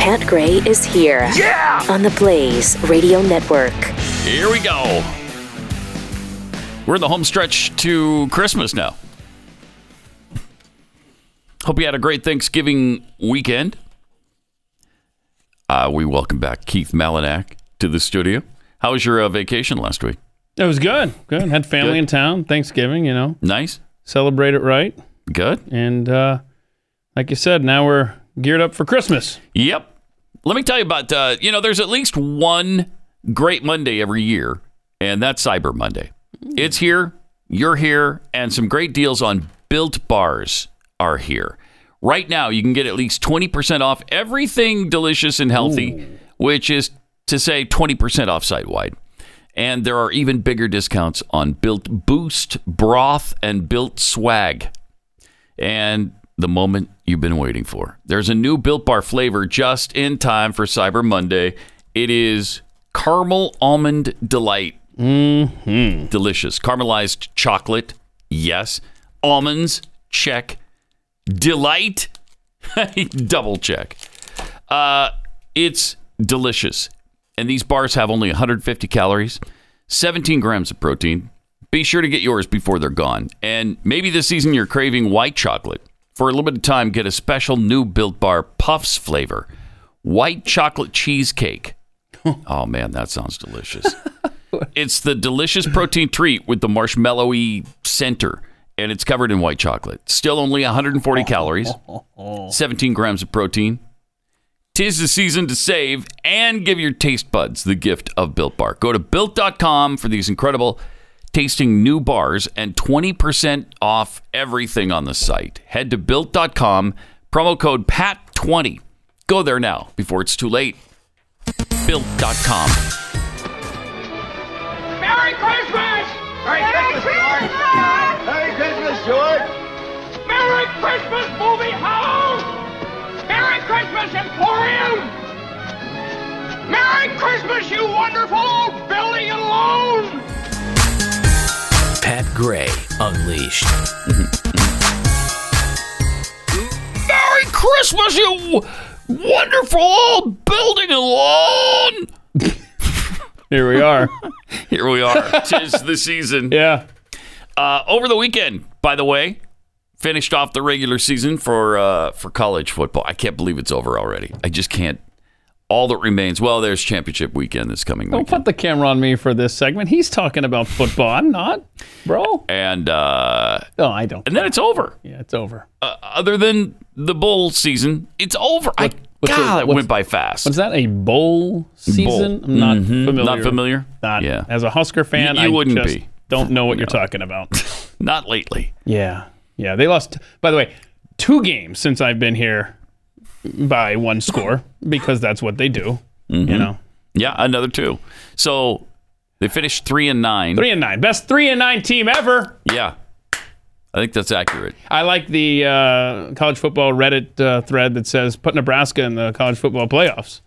Pat Gray is here Yeah! on the Blaze Radio Network. Here we go. We're in the home stretch to Christmas now. Hope you had a great Thanksgiving weekend. Uh, we welcome back Keith Malinak to the studio. How was your uh, vacation last week? It was good. Good. Had family Good. in town. Thanksgiving, you know, Nice? celebrate it right. Good? And uh, like you said, now we're geared up for Christmas. Yep. Let me tell you about, uh, you know, there's at least one great Monday every year, and that's Cyber Monday. It's here, you're here, and some great deals on built bars are here. Right now, you can get at least 20% off everything delicious and healthy, which is to say 20% off site wide. And there are even bigger discounts on built boost, broth, and built swag and the moment you've been waiting for. There's a new Built Bar flavor just in time for Cyber Monday. It is caramel almond delight. Mm-hmm. Delicious. Caramelized chocolate. Yes. Almonds. Check. Delight. Double check. Uh, it's delicious. And these bars have only 150 calories, 17 grams of protein. Be sure to get yours before they're gone. And maybe this season you're craving white chocolate. For a limited time, get a special new Built Bar Puffs flavor white chocolate cheesecake. oh, man, that sounds delicious. it's the delicious protein treat with the marshmallowy center, and it's covered in white chocolate. Still only 140 calories, 17 grams of protein. Tis the season to save and give your taste buds the gift of Built Bar. Go to built.com for these incredible tasting new bars and 20% off everything on the site. Head to built.com, promo code PAT20. Go there now before it's too late. Built.com. Merry Christmas! Merry, Christmas, George! Merry Christmas, George! Merry Christmas, movie house! Merry Christmas, Emporium! Merry Christmas, you wonderful old building and loan! Pat Gray Unleashed. Merry Christmas, you wonderful old building alone! Here we are. Here we are. Tis the season. yeah. Uh, over the weekend, by the way, finished off the regular season for uh, for college football. I can't believe it's over already. I just can't. All that remains. Well, there's championship weekend this coming Don't weekend, put the camera on me for this segment. He's talking about football. I'm not, bro. and uh, Oh, No, I don't. and then it's over. Yeah, it's over. Uh, other than the bowl season, it's over. I what's God, the- it what's- went by fast. Was that a bowl season? Bowl. I'm not Mhm. familiar. Not familiar. Not- yeah. As a Husker fan, You- you I wouldn't just be. Don't know what you're talking about. Not lately. Yeah. Yeah. They lost, by the way, two games since I've been here by one score because that's what they do. You know, Mm-hmm. Yeah, another two. So they finished three and nine. three and nine. Best three and nine team ever. Yeah, I think that's accurate. I like the uh, college football Reddit uh, thread that says put Nebraska in the college football playoffs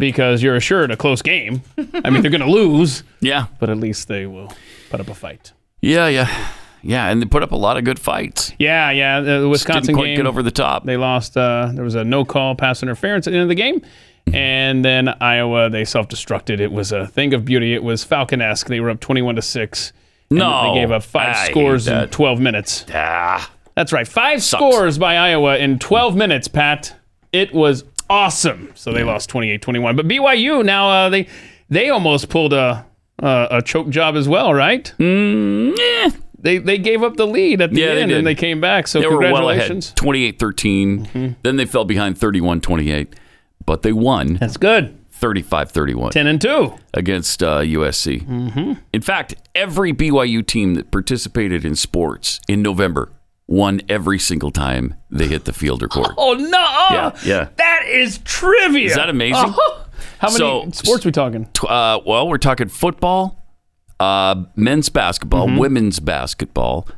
because you're assured a close game. I mean, they're going to lose, Yeah, but at least they will put up a fight. yeah, yeah, yeah. And they put up a lot of good fights. Yeah. Yeah. The Wisconsin Didn't quite game. get over the top. They lost. Uh, there was a no call pass interference at the end of the game. And then Iowa, they self destructed. It was a thing of beauty. It was Falcon esque. They were up 21 to 6. and No, They gave up five I hate scores in that. 12 minutes. Ah, That's right. Five Sucks. scores by Iowa in 12 minutes, Pat. It was awesome. So they Mm. lost 28 21. But BYU now, uh, they they almost pulled a, uh, a choke job as well, right? Eh. They, they gave up the lead at the Mm, Yeah, end they did. and they came back. So they were well ahead. congratulations. Mm-hmm. 28 13. Then they fell behind 31 28, but they won That's good. 35-31 Ten and two. against uh, USC. Mm-hmm. In fact, every BYU team that participated in sports in November won every single time they hit the field or court. Oh no! Yeah, yeah. That is trivia. Is that amazing? Uh-huh. How many So- sports we talking? Tw- uh, well, we're talking football, uh, men's basketball, Mm-hmm. women's basketball,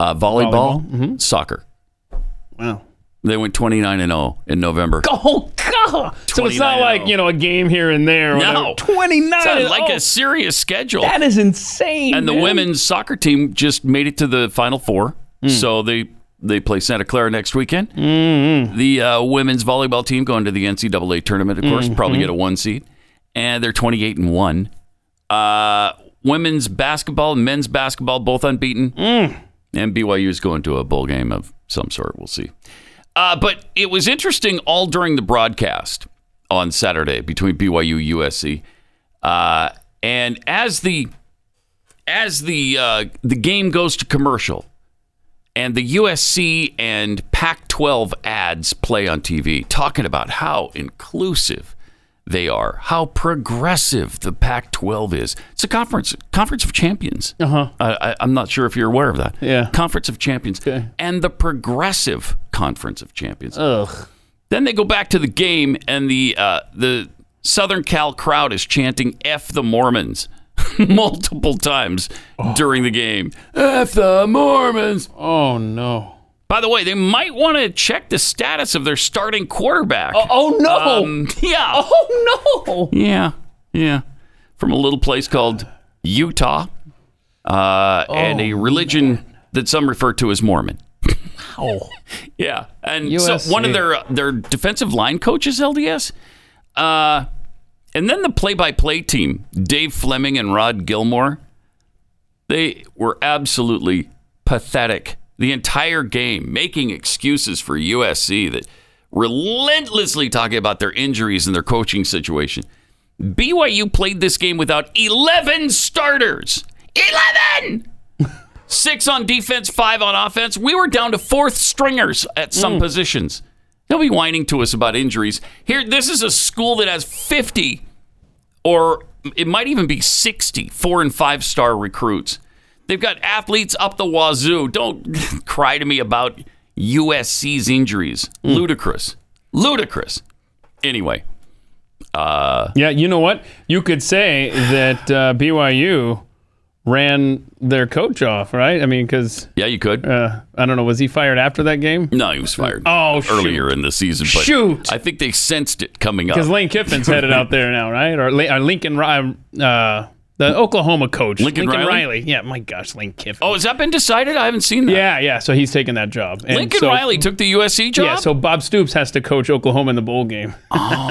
uh, volleyball, soccer. Mm-hmm. Wow. They went 29 and 0 in November. Oh god! So it's 29 not and like oh. you know a game here and there. or No. whatever. twenty nine. It's a- like oh, a serious schedule. That is insane. and the man. women's soccer team just made it to the final four. Mm. So they they play Santa Clara next weekend. Mm-hmm. The uh, women's volleyball team going to the NCAA tournament, of course, Mm-hmm. probably get a one seed, and they're twenty eight and one. Uh, women's basketball and men's basketball both unbeaten, Mm. and BYU is going to a bowl game of some sort. We'll see. Uh, but it was interesting all during the broadcast on Saturday between BYU USC, uh, and as the as the uh, the game goes to commercial and the USC and Pac-12 ads play on TV, talking about how inclusive they are, how progressive the Pac-12 is. It's a conference, conference of champions. Uh-huh. I, I'm not sure if you're aware of that. Yeah. conference of champions and the progressive conference of champions. Ugh. Then they go back to the game, and the uh, the Southern Cal crowd is chanting "F the Mormons" multiple times during the game. F the Mormons. Oh no. By the way, they might want to check the status of their starting quarterback. Oh no. Um, yeah. oh no. Yeah, yeah. From a little place called Utah, uh, and Oh, a religion that some refer to as Mormon. yeah, and so USC. one of their their defensive line coaches, LDS, uh, and then the play-by-play team, Dave Fleming and Rod Gilmore, they were absolutely pathetic the entire game, making excuses for USC that relentlessly talking about their injuries and their coaching situation. BYU played this game without 11 starters. 11! Six on defense, five on offense. We were down to fourth stringers at some Mm. positions. They'll be whining to us about injuries. Here, this is a school that has 50 or it might even be 60 four and five star recruits. They've got athletes up the wazoo. Don't cry to me about USC's injuries. Mm. Ludicrous. Ludicrous. Anyway, Uh, Yeah, you know what? You could say that uh, BYU ran their coach off, right? I mean, because yeah, you could. uh, I don't know, was he fired after that game? No, he was fired. Oh, shoot. earlier in the season. But Shoot. I think they sensed it coming up. Because Lane Kiffin's headed out there now, right? Or, Lin- or Lincoln, Ri- uh, the Oklahoma coach, Lincoln Riley? Riley. Yeah, my gosh, Lane Kiffin. oh, has that been decided? I haven't seen that. yeah, yeah. So he's taking that job. And Lincoln so- Riley took the USC job. Yeah, so Bob Stoops has to coach Oklahoma in the bowl game.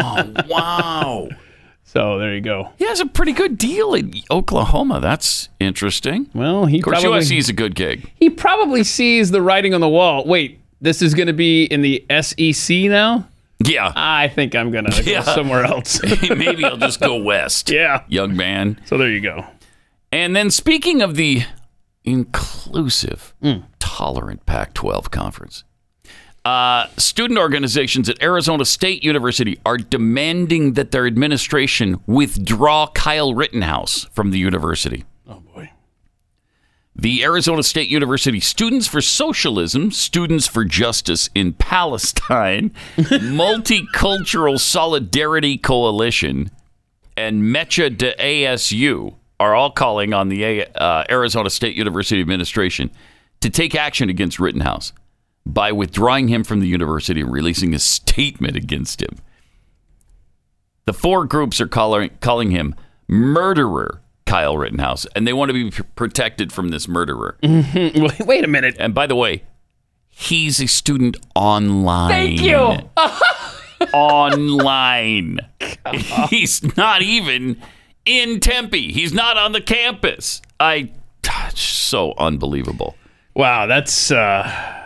wow. So there you go. He has a pretty good deal in Oklahoma. That's interesting. Of Well, he course, probably USC is a good gig. he probably sees the writing on the wall. Wait, this is going to be in the SEC now. Yeah. I think I'm gonna go Yeah. somewhere else. Maybe I'll just go west. yeah. Young man. So there you go. And then speaking of the inclusive, Hmm. tolerant Pac 12 conference, uh, student organizations at Arizona State University are demanding that their administration withdraw Kyle Rittenhouse from the university. Oh boy. The Arizona State University Students for Socialism, Students for Justice in Palestine, Multicultural Solidarity Coalition, and Mecha de ASU are all calling on the A- uh, Arizona State University administration to take action against Rittenhouse by withdrawing him from the university and releasing a statement against him. The four groups are calling, calling him murderer Kyle Rittenhouse, and they want to be p- protected from this murderer. Mm-hmm. Wait, wait a minute. And by the way, he's a student online. Thank Mm. you. Oh, online. he's not even in Tempe. He's not on the campus. I so unbelievable. Wow, that's uh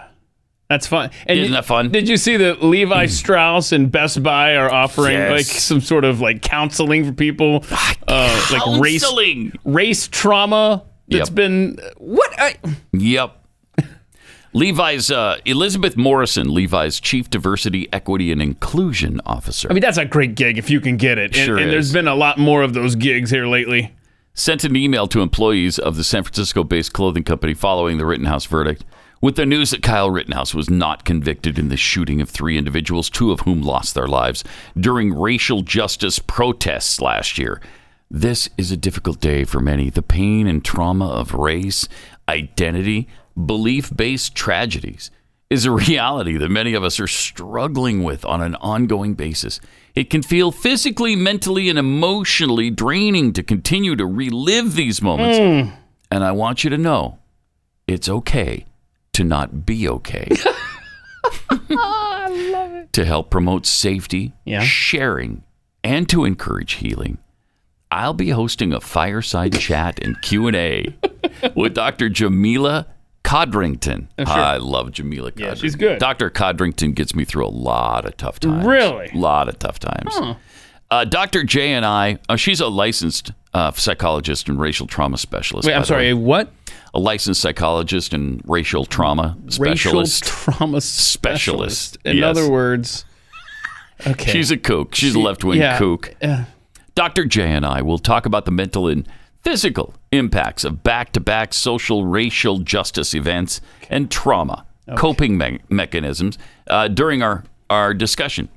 that's fun. And Isn't that fun? Hmm. Did you see that Levi Strauss and Best Buy are offering Yes. Ah, like some sort of like counseling for people, uh, like race Counseling. race trauma that's uh, Yep. been what? I, Yep. Levi's uh, Elizabeth Morrison, Levi's Chief Diversity, Equity, and Inclusion Officer, I mean, that's a great gig if you can get it. And, Sure and is. there's been a lot more of those gigs here lately. sent an email to employees of the San Francisco-based clothing company following the Rittenhouse verdict, with the news that Kyle Rittenhouse was not convicted in the shooting of three individuals, two of whom lost their lives during racial justice protests last year. This is a difficult day for many. The pain and trauma of race, identity, belief-based tragedies is a reality that many of us are struggling with on an ongoing basis. It can feel physically, mentally, and emotionally draining to continue to relive these moments. Hmm. And I want you to know it's okay to not be okay. I love it. To help promote safety, Yeah. sharing, and to encourage healing. I'll be hosting a fireside chat and Q&A with Dr. Jamila Codrington. I love Jamila Codrington. Oh, Yeah, she's good. Dr. Codrington gets me through a lot of tough times. Really? A lot of tough times. Uh, Dr. J and I, uh, she's a licensed uh, psychologist and racial trauma specialist. Wait, by I'm the way. sorry. What A licensed psychologist and racial trauma specialist. racial trauma Specialist, specialist? In yes. other words, okay. She's a kook. She's a left wing yeah. kook. Yeah. Dr. J and I will talk about the mental and physical impacts of back to back social racial justice events and trauma, coping me- mechanisms uh, during our, our discussion.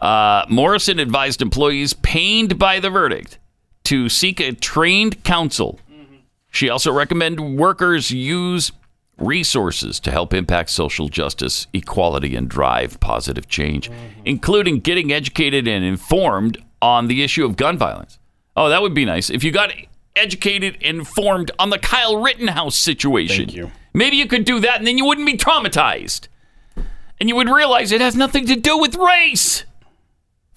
Uh, Morrison advised employees pained by the verdict to seek a trained counsel. Mm-hmm. She also recommended workers use resources to help impact social justice, equality, and drive positive change, including getting educated and informed on the issue of gun violence. Oh, that would be nice if you got educated, informed on the Kyle Rittenhouse situation. Thank you. Maybe you could do that, and then you wouldn't be traumatized, and you would realize it has nothing to do with race.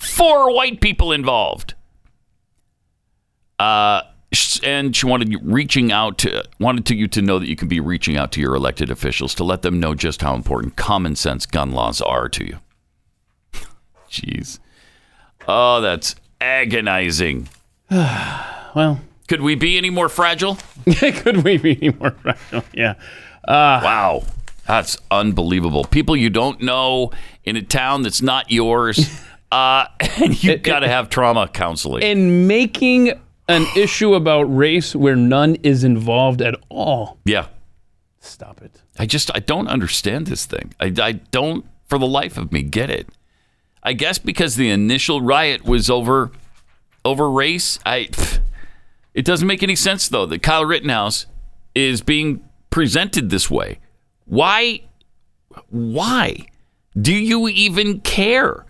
Four white people involved uh, sh- and she wanted you reaching out to wanted to you to know that you can be reaching out to your elected officials to let them know just how important common sense gun laws are to you. Jeez, oh, that's agonizing. Well, Could we be any more fragile? could we be any more rational? Yeah. Wow, that's unbelievable. People you don't know in a town that's not yours, uh, and you got to have trauma counseling. And making an issue about race where none is involved at all. yeah, Stop it. I just I don't understand this thing. I, I don't for the life of me get it. I guess because the initial riot was over over race. I pff, it doesn't make any sense though that Kyle Rittenhouse is being presented this way. Why why do you even care?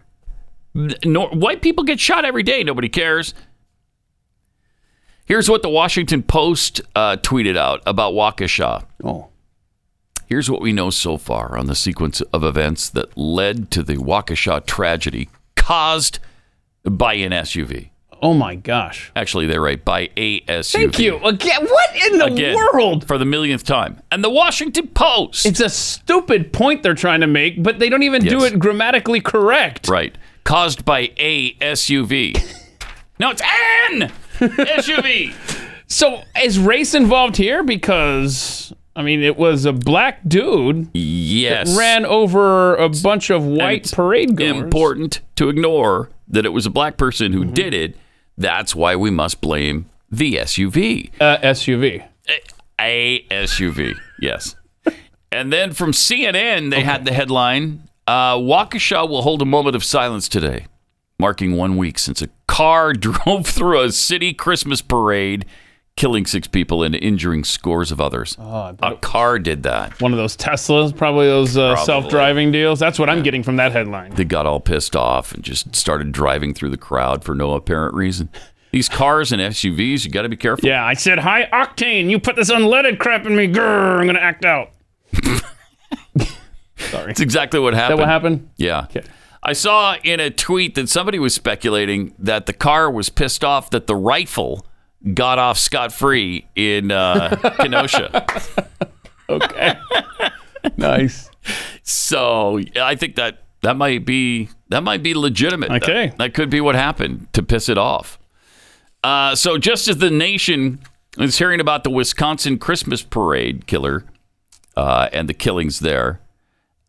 N- nor- white people get shot every day. Nobody cares. Here's what the Washington Post uh, tweeted out about Waukesha. Oh. Here's what we know so far on the sequence of events that led to the Waukesha tragedy caused by an SUV. Oh my gosh. Actually, they're right, by a SUV. Thank you. Again, what in the Again, world? For the millionth time. And the Washington Post. It's a stupid point they're trying to make, but they don't even do Yes. it grammatically correct. right. Caused by a SUV. no, it's an SUV. So is race involved here? Because I mean, it was a black dude Yes. ran over a bunch of And white it's parade goers. Mm-hmm. Important to ignore that it was a black person who did it. That's why we must blame the SUV. uh, SUV. a SUV. Yes. And then from CNN, they had the headline uh, Waukesha will hold a moment of silence today, marking one week since a car drove through a city Christmas parade, killing six people and injuring scores of others. a car did that. One of those Teslas, probably those uh, self-driving deals. That's what I'm getting from that headline. They got all pissed off and just started driving through the crowd for no apparent reason. These cars and SUVs, you got to be careful. Yeah, I said high octane. You put this unleaded crap in me. Grr, I'm gonna act out. That's exactly what That happened. what happened? Yeah. I saw in a tweet that somebody was speculating that the car was pissed off that the rifle got off scot free in uh, Kenosha. Nice. So I think that that might be that might be legitimate. That- Okay. that, could be what happened to piss it off. Uh, so just as the nation is hearing about the Wisconsin Christmas parade killer, uh, and the killings there.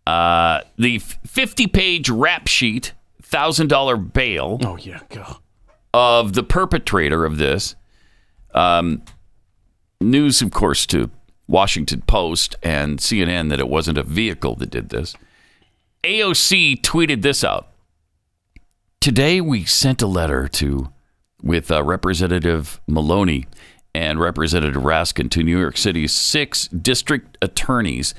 Uh, the 50 page rap sheet, $1,000 bail Oh yeah, go. of the perpetrator of this. Um, news, of course, to Washington Post and CNN that it wasn't a vehicle that did this. AOC tweeted this out. Today we sent a letter to with uh, Representative Maloney and Representative Raskin to New York City's six district attorneys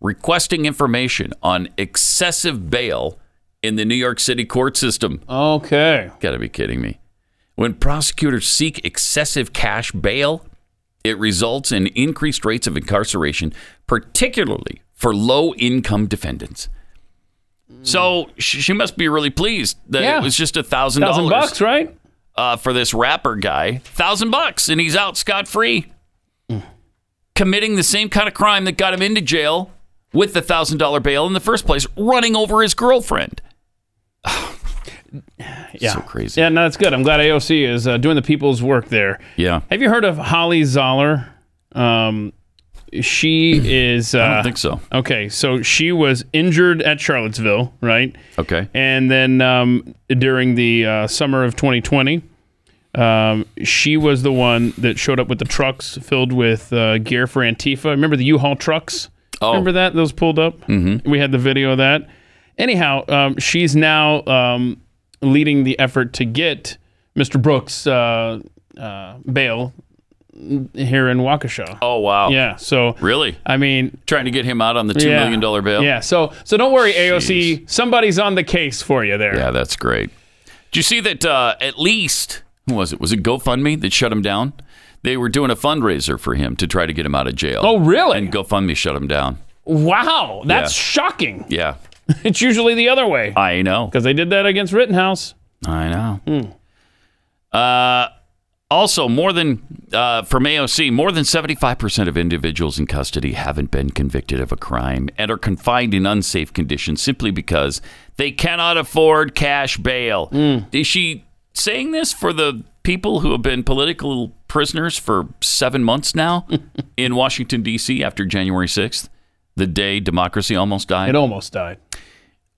requesting information on excessive bail in the New York City court system. Okay. Gotta be kidding me. When prosecutors seek excessive cash bail, it results in increased rates of incarceration, particularly for low income defendants. So sh- she must be really pleased that Yeah. it was just a thousand Thousand bucks, dollars right? uh, for this rapper guy. Thousand bucks, and he's out scot free, committing the same kind of crime that got him into jail with the thousand dollar bail in the first place, running over his girlfriend. Yeah. So crazy. Yeah, no, that's good. I'm glad AOC is uh, doing the people's work there. Yeah. Have you heard of Holly Zoller? Um, she is. Uh, I don't think so. Okay, so she was injured at Charlottesville, right? Okay. And then um, during the uh, summer of 2020, um, she was the one that showed up with the trucks filled with uh, gear for Antifa. Remember the U-Haul trucks? Oh. Remember that? Those pulled up? Mm-hmm. We had the video of that. Anyhow, um, she's now um, leading the effort to get Mr. Brooks uh, uh, bail here in Waukesha. Oh wow. Yeah, so Really? I mean, Trying to get him out on the two million dollar bail. yeah. So so don't worry, AOC. Somebody's on the case for you there. Yeah, that's great. Did you see that? Uh, at least who was it? Was it GoFundMe that shut him down? They were doing a fundraiser for him to try to get him out of jail. Oh, really? And GoFundMe shut him down. wow, that's Yeah. shocking. Yeah, It's usually the other way I know. because they did that against Rittenhouse. Hmm. I know. Uh, also, more than uh, from AOC, more than 75% of individuals in custody haven't been convicted of a crime and are confined in unsafe conditions simply because they cannot afford cash bail. Hmm. Is she saying this for the people who have been political prisoners for seven months now in Washington, D.C. after January 6th, the day democracy almost died? It almost died.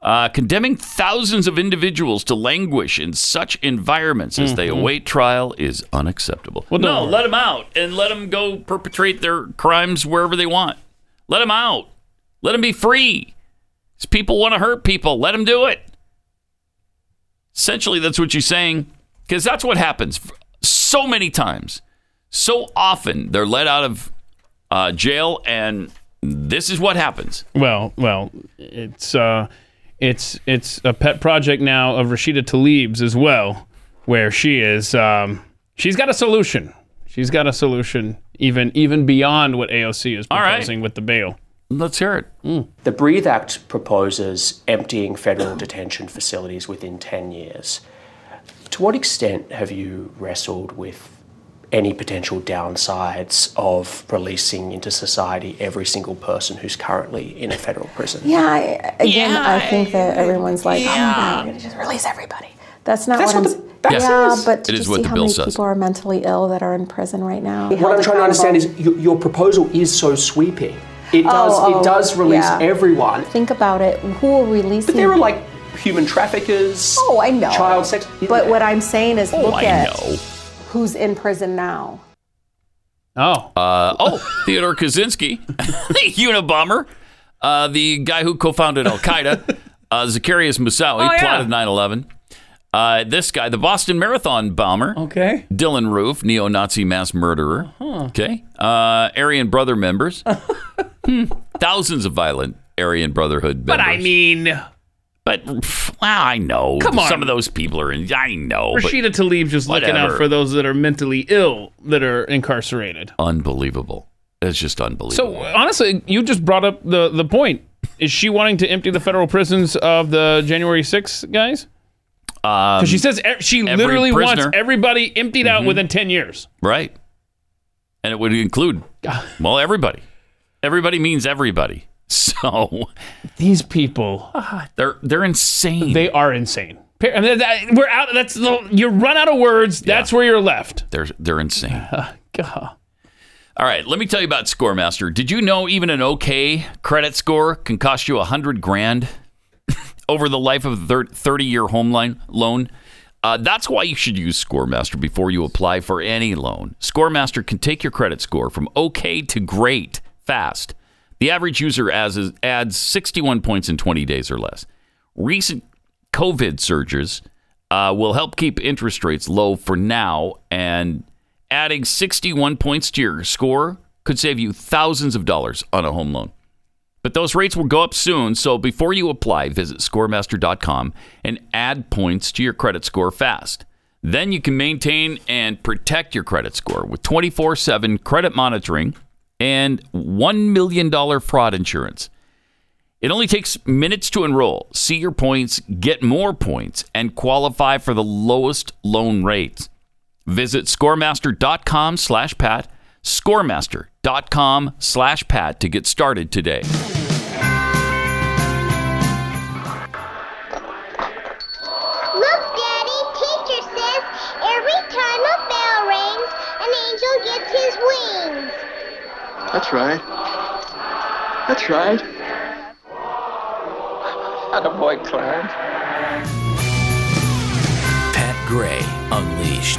uh, condemning thousands of individuals to languish in such environments as they await trial is unacceptable. Mm-hmm. Well, no, let them out and let them go perpetrate their crimes wherever they want. Let them out. Let them be free. These people want to hurt people. Let them do it. Essentially, that's what you're saying, because that's what happens so many times. So often, they're let out of uh, jail, and this is what happens. Well, well, it's uh, it's it's a pet project now of Rashida Tlaib's as well, where she is. Um, she's got a solution. She's got a solution, even even beyond what AOC is right. proposing with the bail. Let's hear it. The Breathe Act proposes emptying federal detention facilities within 10 years. To what extent have you wrestled with any potential downsides of releasing into society every single person who's currently in a federal prison? Yeah, I, again, I think that everyone's like, oh my god, we're gonna just release everybody. That's not That's what, what I'm. the- that yeah, says. but It to is just what see the how bill many says. people are mentally ill that are in prison right now. What I'm trying to understand is your, your proposal is so sweeping. It does, oh, it does release yeah. everyone. think about it. Who will release? But there are like human traffickers, Oh, I know. child sex. But what I'm saying is, Oh, look I at know. who's in prison now. Oh, Uh, oh, Theodore Kaczynski, the Unabomber, uh, the guy who co-founded Al Qaeda, uh, Zacharias Musawi, Oh, yeah. plotted 9/11. Uh, this guy, the Boston Marathon bomber, okay. Uh-huh. Dylan Roof, neo-Nazi mass murderer. Okay, uh, Aryan Brother members, Hmm. thousands of violent Aryan Brotherhood. But I members. mean. but pff, well, I know. Come on. some of those people are in. I know. but- Rashida Tlaib's just looking out whatever. for those that are mentally ill that are incarcerated. unbelievable. It's just unbelievable. So honestly, you just brought up the the point. Is she wanting to empty the federal prisons of the January 6th guys? um, Because she says e- she every literally prisoner. Mm-hmm. wants everybody emptied out within 10 years. Right. And it would include, well, everybody. Everybody means everybody. So These people, they're they're insane. they are insane. Pa- I mean, that- We're out. That's the, you run out of words. That's where you're left. they're they're insane. Gah. All right, let me tell you about Scoremaster. Did you know even an okay credit score can cost you a hundred grand over the life of a thirty-year home line loan? Uh, that's why you should use Scoremaster before you apply for any loan. Scoremaster can take your credit score from okay to great fast. The average user adds, adds 61 points in 20 days or less. Recent COVID surges uh, will help keep interest rates low for now, and adding 61 points to your score could save you thousands of dollars on a home loan. But those rates will go up soon, so before you apply, visit scoremaster.com and add points to your credit score fast. Then you can maintain and protect your credit score with 24 7 credit monitoring and $1 million fraud insurance. It only takes minutes to enroll, see your points, get more points, and qualify for the lowest loan rates. Visit scoremaster.com slash pat, scoremaster.com slash pat to get started today. Look, Daddy, teacher says every time a bell rings, an angel gets his wings. That's right. That's right. Attaboy, Clarence. Pat Gray Unleashed.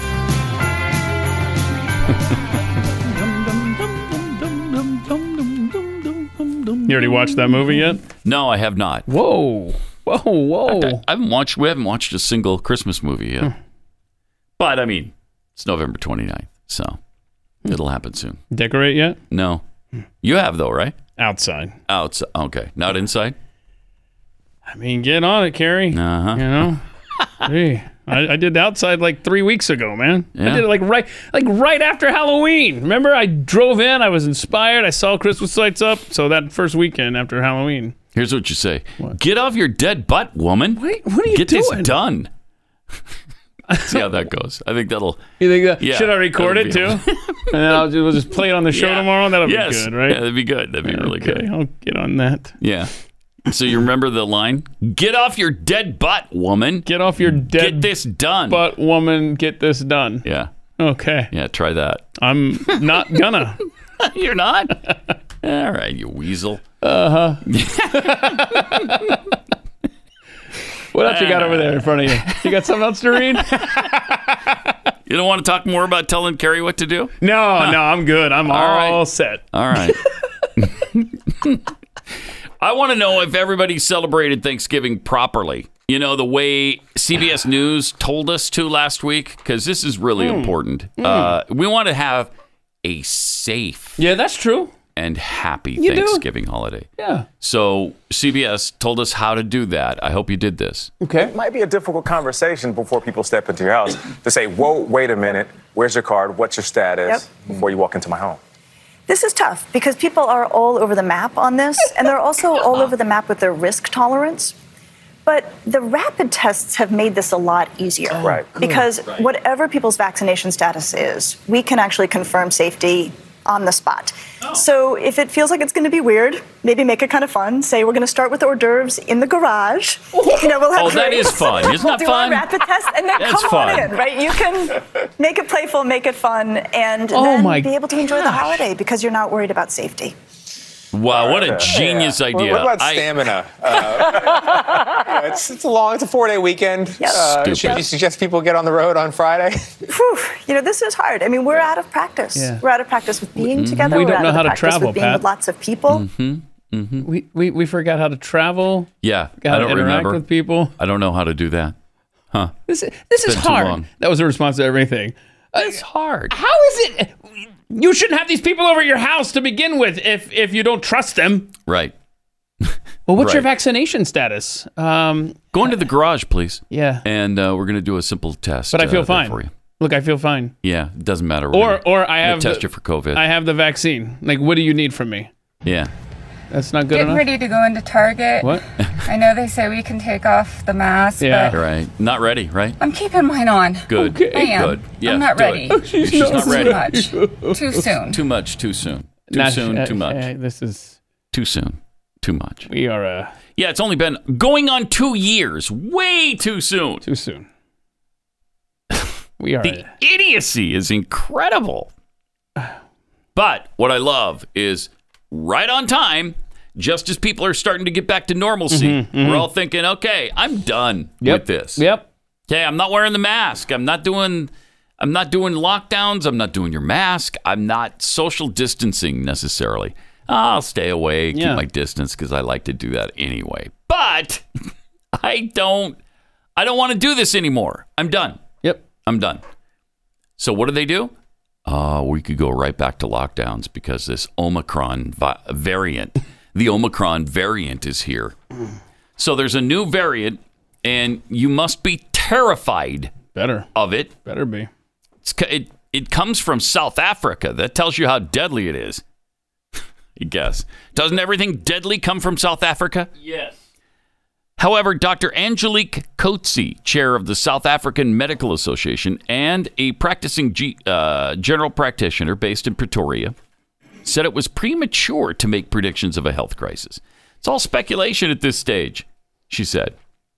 You already watched that movie yet? No, I have not. Whoa. Whoa, whoa. Hmm. I haven't watched. We haven't watched a single Christmas movie yet. But I mean, it's November 29th, so Hmm. it'll happen soon. Decorate yet? No, you have though, right? Outside. Outside. Okay, not inside. I mean, get on it, Carrie. Uh huh. You know? hey, I, I did outside like three weeks ago, man. Yeah. I did it like right like right after Halloween. Remember, I drove in, I was inspired, I saw Christmas lights up. So that first weekend after Halloween. Here's what you say: Get off your dead butt, woman. Wait, what are you Get doing? this done. See how that goes. I think that'll. You think that Yeah, should I record that'd it be too? and then I'll just, we'll just play it on the show Yeah. tomorrow. That'll Yes. be good, right? Yeah, that'd be good. That'd be really okay, good. I'll get on that. Yeah. So you remember the line? Get off your dead butt, woman. Get off your dead Get this done. butt, woman. Get this done. Yeah. Okay, Yeah. Try that. I'm not gonna. You're not? All right, you weasel. Uh-huh. What else you got over there in front of you? You got something else to read? You don't want to talk more about telling Carrie what to do? No, no, I'm good. I'm all, right. set. All right. I want to know if everybody celebrated Thanksgiving properly. You know, the way CBS News told us to last week, because this is really Hmm. important. Uh, we want to have a safe Yeah, that's true. and happy You do. Thanksgiving holiday. Yeah. So CBS told us how to do that. I hope you did this. Okay. might be a difficult conversation before people step into your house to say, whoa, wait a minute, where's your card? What's your status? Before you walk into my home. This is tough because people are all over the map on this, and they're also all over the map with their risk tolerance. But the rapid tests have made this a lot easier. Right. Because whatever people's vaccination status is, we can actually confirm safety on the spot. So if it feels like it's going to be weird, maybe make it kind of fun. Say we're going to start with hors d'oeuvres in the garage. You know, we'll have Oh, that drinks. is fun. Isn't we'll that do fun? our rapid test and then That's come fun. on in, right? You can make it playful, make it fun, and Oh then my be able to enjoy the gosh. holiday because you're not worried about safety. Wow, what a genius idea. What about I- stamina? Uh, yeah, it's, it's a long, it's a four day weekend. Yes. Uh, Stupid. should you suggest people get on the road on Friday? Whew, you know, this is hard. I mean, we're out of practice. Yeah. We're out of practice with Mm-hmm. being together. We We're don't out know of how to practice travel, with being Pat. with lots of people. Mm-hmm. We, we, we forgot how to travel, yeah, how I don't to interact remember. with people. I don't know how to do that. This, is- this It's is been too hard. long. That was a response to everything. Uh, It's hard. how is it? You shouldn't have these people over at your house to begin with if, if you don't trust them. Right. Well, what's your Right. vaccination status? Um, Go into the garage, please. yeah. And uh, we're going to do a simple test. But I uh, feel there fine. For you. Look, I feel fine. Yeah, it doesn't matter. We're Or gonna- or I we're gonna have test the, you for COVID. I have the vaccine. Like, what do you need from me? yeah. That's not good enough. to go into Target. What? I know they say we can take off the mask, Yeah. All right. Not ready, right? I'm keeping mine on. Good. Okay. I am. Good. Yeah, I'm not do it. ready. She's, not ready. much. Too soon. Too much. Too soon. Too Nah, soon. uh, too much. uh, this is Too soon. Too much. we are uh, Yeah, it's only been going on two years. Way too soon. too soon. we are. E The idiocy is incredible. But what I love is right on time, just as people are starting to get back to normalcy, Mhm, mhm. we're all thinking, okay, I'm done Yep. with this. Yep. Okay, I'm not wearing the mask. I'm not doing I'm not doing lockdowns. I'm not doing your mask. I'm not social distancing necessarily. I'll stay away, keep Yeah. my distance because I like to do that anyway. But I don't I don't want to do this anymore. I'm done. Yep. I'm done. So what do they do? Uh, we could go right back to lockdowns because this Omicron vi- variant, the Omicron variant is here. So there's a new variant, and you must be terrified better of it. Better be. It's, co- it it comes from South Africa. That tells you how deadly it is. you guess. Doesn't everything deadly come from South Africa? Yes. However, Dr. Angelique Coetzee, chair of the South African Medical Association and a practicing G, uh, general practitioner based in Pretoria, said it was premature to make predictions of a health crisis. It's all speculation at this stage, she said.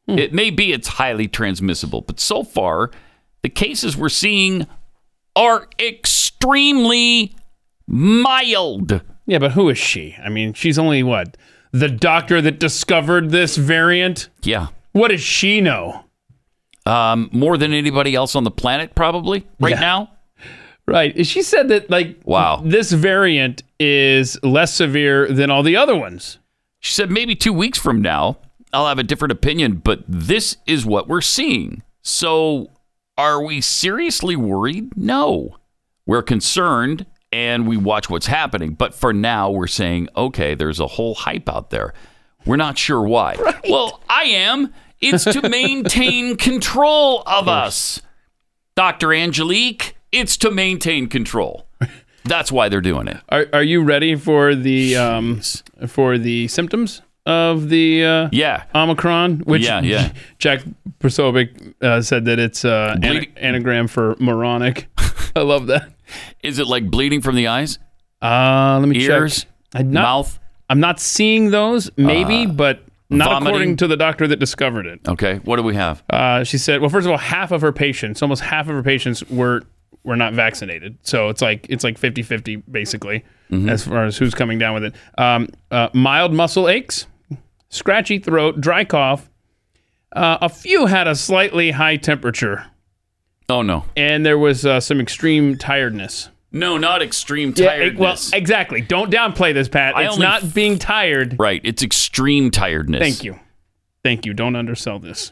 It may be it's highly transmissible, but so far, the cases we're seeing are extremely mild. Yeah, but who is she? I mean, she's only what? The doctor that discovered this variant? Yeah. What does she know? Um, more than anybody else on the planet, probably right now. Right. She said that like wow, this variant is less severe than all the other ones. She said maybe two weeks from now, I'll have a different opinion, but this is what we're seeing. So are we seriously worried? No. We're concerned and we watch what's happening. But for now, we're saying, okay, there's a whole hype out there. We're not sure why. Well, I am. It's to maintain control of us. Dr. Angelique, it's to maintain control. That's why they're doing it. Are are you ready for the um for the symptoms of the uh yeah Omicron? Which Yeah, yeah. Jack Prosovic uh, said that it's uh ana- Bleed- anagram for moronic. I love that. Is it like bleeding from the eyes? Uh let me Ears, check. I'm not- mouth? I'm not seeing those, maybe, Uh, but not vomiting? according to the doctor that discovered it. Okay, what do we have? Uh, she said, well, first of all, half of her patients, almost half of her patients were were not vaccinated. So it's like it's like 50-50 basically Mhm. as far as who's coming down with it. Um, uh, mild muscle aches, scratchy throat, dry cough. Uh, a few had a slightly high temperature, Oh no. and there was uh, some extreme tiredness. No, not extreme Yeah, well, tiredness. exactly. Don't downplay this, Pat. I it's only not being tired. right, it's extreme tiredness. Thank you. Thank you. Don't undersell this.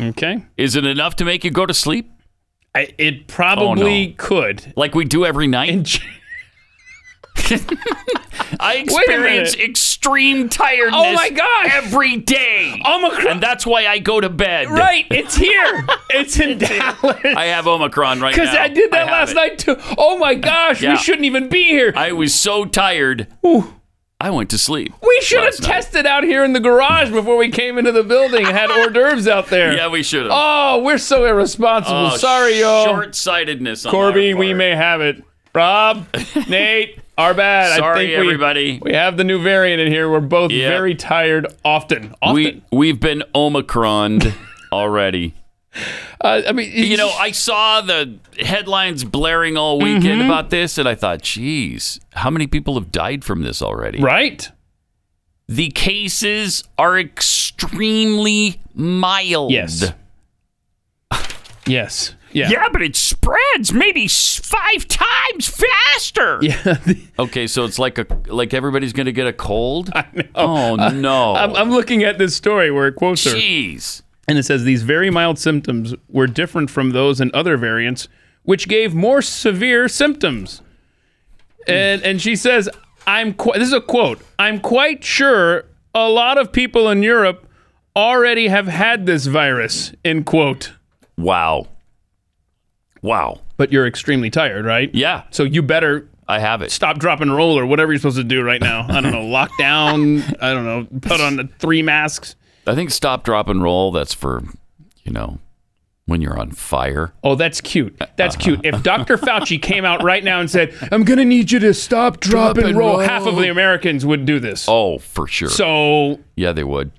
Okay. Is it enough to make you go to sleep? Oh, I, it probably could. Like we do every night. I Wait a minute. experience extreme tiredness. Oh my gosh. Every day. Omicron. And that's why I go to bed. Right, it's here. it's in Dallas. I have Omicron right now. Because I did have that last it. night too. Oh my gosh, Yeah. we shouldn't even be here. I was so tired. I went to sleep. we should have last night. tested out here in the garage before we came into the building and had hors d'oeuvres out there. Yeah, we should have. Oh, we're so irresponsible. Oh, Sorry, y'all. Short-sightedness. on Corby, our we part. may have it. Rob, Nate, our bad. I Sorry, think we, everybody. We have the new variant in here. We're both Yep. very tired often. Often. We we've been Omicroned already. uh, I mean, You know, I saw the headlines blaring all weekend Mm-hmm. about this, and I thought, geez, how many people have died from this already? right? The cases are extremely mild. Yes. Yes. Yeah. Yeah, but it spreads maybe s- five times faster. Yeah. Okay, so it's like a like everybody's going to get a cold. Oh no. I'm, I'm looking at this story where it quotes her. Jeez. And it says these very mild symptoms were different from those in other variants, which gave more severe symptoms. And and she says, I'm qu- this is a quote. I'm quite sure a lot of people in Europe already have had this virus. End quote. Wow. Wow. But you're extremely tired, right? Yeah, So you better I have it. stop, drop, and roll, or whatever you're supposed to do right now. I don't know, lockdown. I don't know, put on the three masks. I think stop, drop, and roll. That's for, you know, when you're on fire. Oh, that's cute. That's cute. If Dr. Fauci came out right now and said, "I'm going to need you to stop, drop, and, roll. half of the Americans would do this. Oh, for sure. So yeah, they would.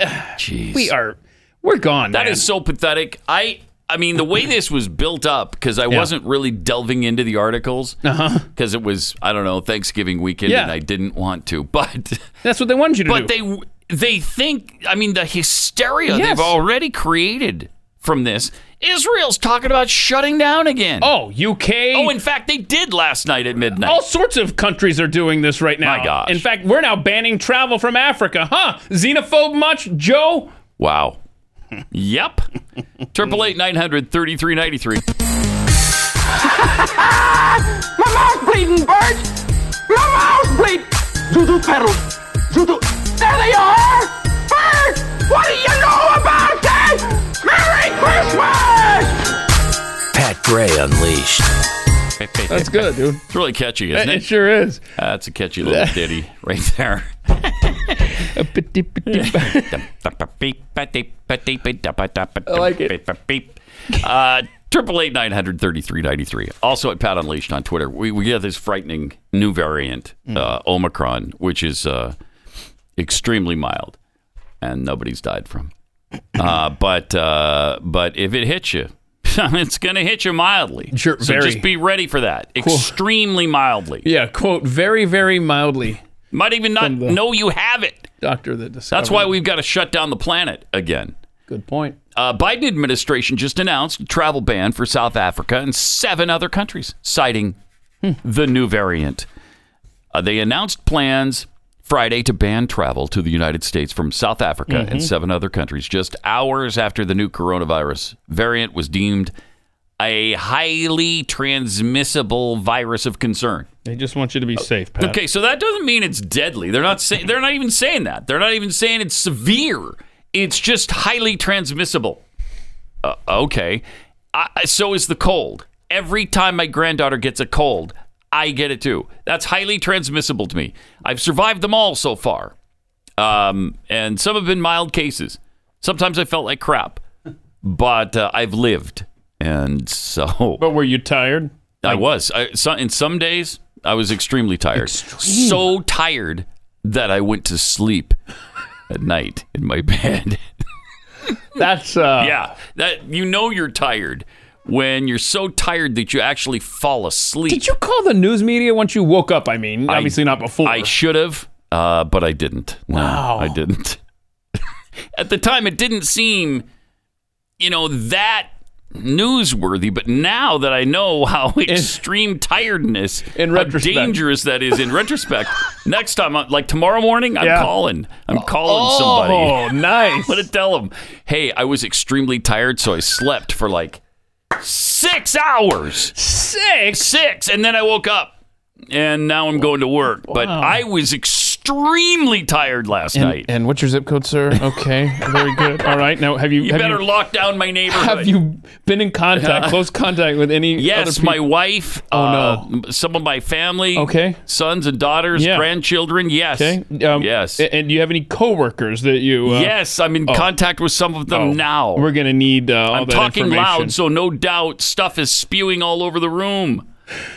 Jeez, we are, we're gone. That man. is so pathetic. I I mean, the way this was built up, because I wasn't really delving into the articles, because it was, I don't know, Thanksgiving weekend, Uh-huh. Yeah. and I didn't want to. But That's what they wanted you to but do. they they think, I mean, the hysteria Yes. they've already created from this. Israel's talking about shutting down again. Oh, UK. Oh, in fact, they did last night at midnight. All sorts of countries are doing this right now. My gosh. In fact, we're now banning travel from Africa, huh? Xenophobe much, Joe? Wow. yep. Triple eight nine hundred thirty three ninety three. My mouth's bleeding, Bert! My mouth's bleeding! Zuzu pedal! Zuzu! There they are! Bert! What do you know about that? Merry Christmas! Pat Gray Unleashed. That's good, dude. It's really catchy, isn't it? It sure is. That's a catchy little ditty right there. I like it. Uh, Triple eight nine hundred thirty three ninety three. Also at Pat Unleashed on Twitter, we we get this frightening new variant, Hmm. uh, Omicron, which is uh, extremely mild, and nobody's died from. Uh, but uh, but if it hits you, it's going to hit you mildly. Sure, so very. just be ready for that. Extremely mildly. Yeah, quote, very, very mildly, Might even not From the- know you have it. doctor that discovered. That's why we've got to shut down the planet again. Good point. Uh, Biden administration just announced a travel ban for South Africa and seven other countries, citing the new variant. Uh, they announced plans Friday to ban travel to the United States from South Africa and seven other countries, just hours after the new coronavirus variant was deemed a highly transmissible virus of concern. They just want you to be Uh, safe, Pat. Okay, so that doesn't mean it's deadly. They're not saying they're not even saying that. They're not even saying it's severe. It's just highly transmissible. Uh, okay, I, I- so is the cold. Every time my granddaughter gets a cold, I get it too. That's highly transmissible to me. I've survived them all so far, um, and some have been mild cases. Sometimes I felt like crap, but uh, I've lived, and so. But were you tired? I was. I, so, in some days, I was extremely tired. So tired that I went to sleep at night in my bed. That's, uh, yeah, that you know you're tired when you're so tired that you actually fall asleep. Did you call the news media once you woke up? I mean, I- obviously not before. I should have, uh, but I didn't. No, Wow. I didn't. At the time, it didn't seem, you know, that newsworthy. But now that I know how extreme tiredness, in how retrospect. dangerous that is in retrospect, next time, I'm, like tomorrow morning, I'm Yeah. calling. I'm calling somebody. oh, nice. I'm gonna tell them, hey, I was extremely tired, so I slept for like six hours Six. six, and then I woke up, and now I'm going to work. But I was extremely tired last night. And what's your zip code, sir? Okay, very good. All right, now have you you have better you, lock down my neighborhood. have you been in contact, close contact with any? other Yes, people? my wife. Oh no, some of my family. Okay. sons and daughters, Yeah. grandchildren. Yes. Okay. um, yes. a- And do you have any coworkers that you? Uh, yes, I'm in contact with some of them oh, now. We're gonna need uh, all I'm that talking information. loud, so no doubt stuff is spewing all over the room.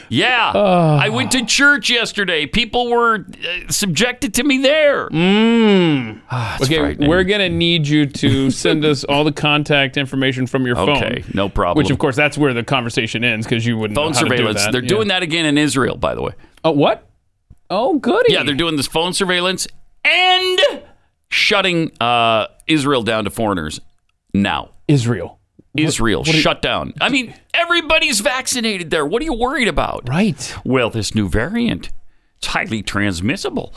Yeah. Ah. I went to church yesterday. People were uh, subjected to me there. Mm. Hmm. okay, Ah, frightening. we're gonna need you to send us all the contact information from your phone. Okay, no problem. Which, of course, that's where the conversation ends because you wouldn't. know phone how to do surveillance. that. They're Yeah. doing that again in Israel, by the way. Oh, what? Oh, goody. Yeah, they're doing this phone surveillance and shutting uh, Israel down to foreigners now. Israel. Israel shut down. I mean, everybody's vaccinated there. What are you worried about? Right. Well, this new variant, it's highly transmissible.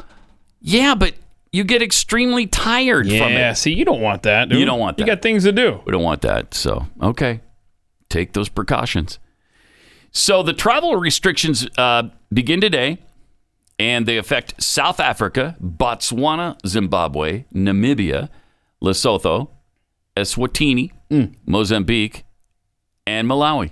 Yeah, but you get extremely tired from Yeah. it. See, you don't want that. Dude. You don't want You that. got things to do. We don't want that. So, okay, take those precautions. So, the travel restrictions uh, begin today and they affect South Africa, Botswana, Zimbabwe, Namibia, Lesotho, Eswatini, Mozambique, and Malawi.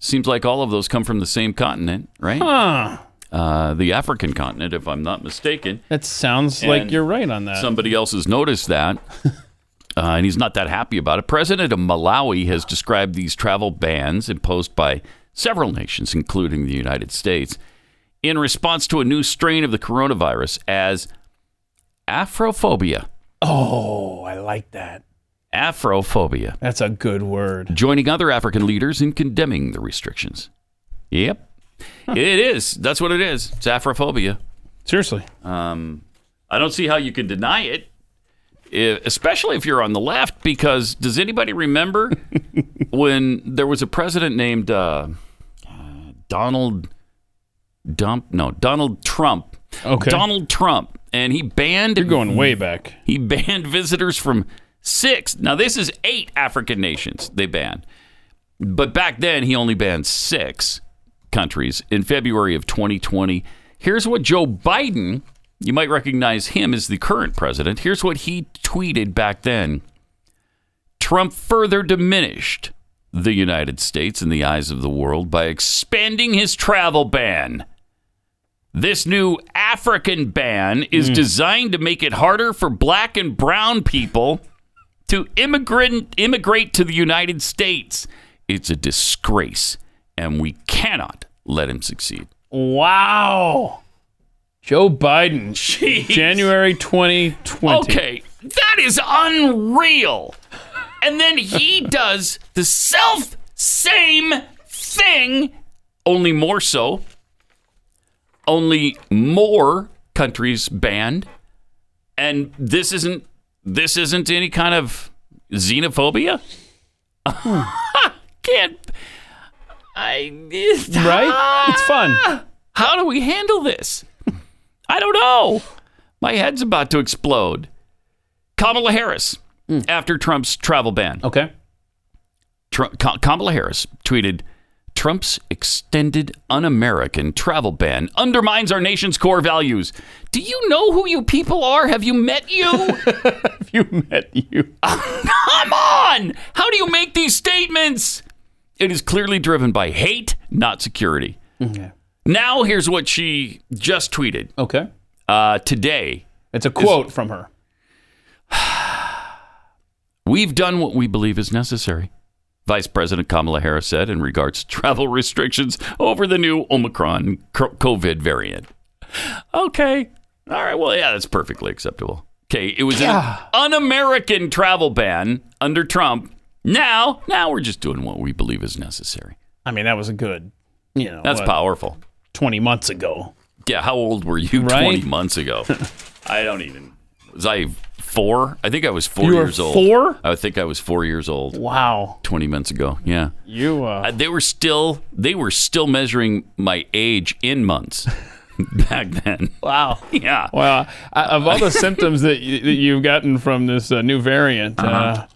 Seems like all of those come from the same continent, right? Huh. Uh, the African continent, if I'm not mistaken. That sounds And like you're right on that. Somebody else has noticed that, uh, and he's not that happy about it. President of Malawi has described these travel bans imposed by several nations, including the United States, in response to a new strain of the coronavirus as Afrophobia. oh, I like that. Afrophobia. That's a good word. Joining other African leaders in condemning the restrictions. Yep. it is. That's what it is. It's Afrophobia. Seriously. Um, I don't see how you can deny it, i- especially if you're on the left, because does anybody remember when there was a president named uh, uh, Donald Dump? No, Donald Trump. Okay. Donald Trump. And he banned. You're going way back. He banned visitors from six. Now, this is eight African nations they banned. But back then, he only banned six countries in February of 2020. Here's what Joe Biden, you might recognize him as the current president. Here's what he tweeted back then Trump further diminished the United States in the eyes of the world by expanding his travel ban. This new African ban Hmm. is designed to make it harder for black and brown people to immigrant immigrate to the United States. It's a disgrace, and we cannot let him succeed. Wow. Joe Biden, January 2020. Okay, that is unreal. And then he does the self same thing, only more so. Only more countries banned. And this isn't this isn't any kind of xenophobia? Can't I Right? It's fun. How do we handle this? I don't know. My head's about to explode. Kamala Harris after Trump's travel ban. Hmm. Okay. Trump, Ka- Kamala Harris tweeted Trump's extended un American travel ban undermines our nation's core values. Do you know who you people are? Have you met you? Have you met you? Come on! How do you make these statements? It is clearly driven by hate, not security. Now, here's what she just tweeted. Okay. Uh, today. It's a quote from her. We've done what we believe is necessary, Vice President Kamala Harris said in regards to travel restrictions over the new Omicron co- COVID variant. Okay. All right. Well, yeah, that's perfectly acceptable. Okay. It was Yeah. an un American travel ban under Trump. Now, now we're just doing what we believe is necessary. I mean, that was a good, you know. That's what, powerful. 20 months ago. Yeah, how old were you Right? 20 months ago? I don't even. Was I four? I think I was four You were years old. four? I think I was four years old. Wow. 20 months ago. Yeah. You, uh, Uh, they were still they were still measuring my age in months back then. Wow. Yeah. Ah. Well, I, of all the symptoms that, you, that you've gotten from this uh, new variant, uh Uh-huh.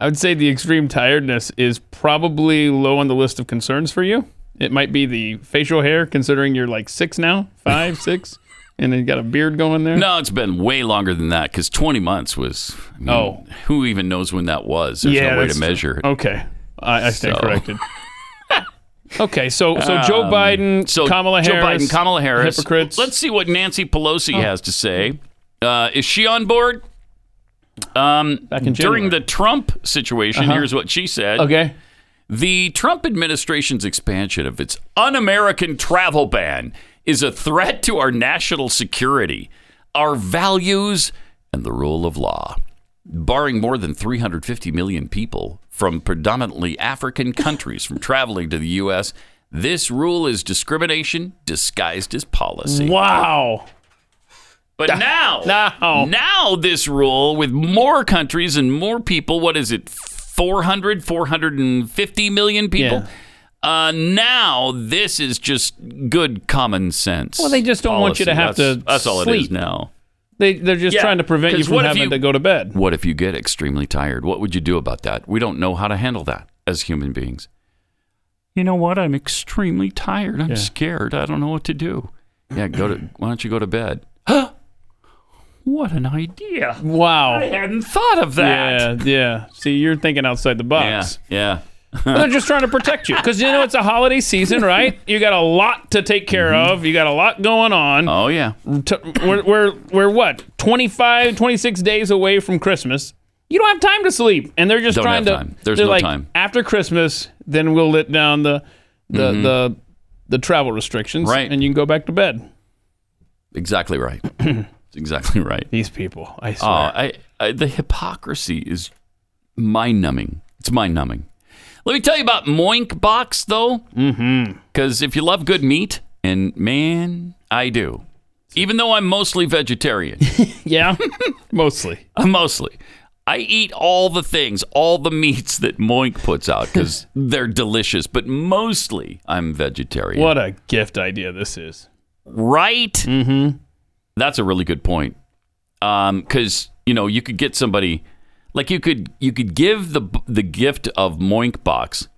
I would say the extreme tiredness is probably low on the list of concerns for you. It might be the facial hair, considering you're like six now, five, six, and then you got a beard going there. No, it's been way longer than that because 20 months was. I mean, Oh. Who even knows when that was? There's Yeah, no way that's to true. measure it. Okay. I, I stand So- corrected. Okay, so so Joe Um, Biden, so Kamala Joe Harris, Biden, Kamala Harris. hypocrites. Oh. Let's see what Nancy Pelosi has to say. Uh, is she on board? Um, in during the Trump situation, Uh-huh. here's what she said. Okay. The Trump administration's expansion of its un American travel ban is a threat to our national security, our values, and the rule of law. Barring more than 350 million people from predominantly African countries from traveling to the U.S., this rule is discrimination disguised as policy. Wow. But now, now, this rule with more countries and more people, what is it, 400, 450 million people? Uh, now this is just good common sense. Well, they just don't want you to policy. have That's- to That's all it is sleep. now. They they're just Yeah, trying to prevent you 'cause from what if having you- to go to bed. What if you get extremely tired? What would you do about that? We don't know how to handle that as human beings. You know what? I'm extremely tired. I'm scared. I don't know what to do. Yeah, go to. Why don't you go to bed? What an idea! Wow. I hadn't thought of that. Yeah, yeah. See, you're thinking outside the box. Yeah. But they're just trying to protect you because you know it's a holiday season, right? You got a lot to take care of. You got a lot going on. Mm-hmm. Oh yeah. We're we're, we're what 25, 26 days away from Christmas. You don't have time to sleep, and they're just Don't trying have to. time. There's they're no like, time. After Christmas, then we'll let down the the the the travel restrictions, Mm-hmm. Right. And you can go back to bed. Exactly right. That's exactly right. These people, I Oh, swear. I, I, the hypocrisy is mind numbing. It's mind numbing. Let me tell you about Moink Box, though. Mm-hmm. Because if you love good meat, and man, I do. Even though I'm mostly vegetarian. yeah, mostly. mostly. I eat all the things, all the meats that Moink puts out because they're delicious, but mostly I'm vegetarian. What a gift idea this is. Right? Mm-hmm. That's a really good point. Um, because you know you could get somebody, like you could you could give the the gift of Moink box,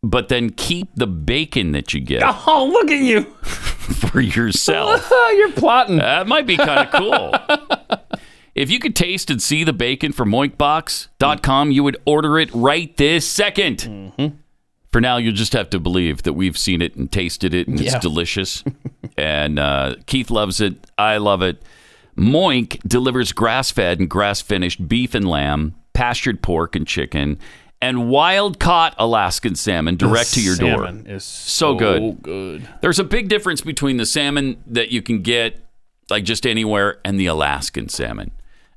but then keep the bacon that you get Oh, look at you. for yourself. You're plotting. That might be kind of cool. if you could taste and see the bacon from moinkbox.com, you would order it right this 2nd Mm-hmm. For now, you'll just have to believe that we've seen it and tasted it and it's Yeah. delicious. and uh, Keith loves it. I love it. Moink delivers grass fed and grass finished beef and lamb, pastured pork and chicken, and wild caught Alaskan salmon direct to your Salmon door. is so good. so good. There's a big difference between the salmon that you can get like just anywhere and the Alaskan salmon,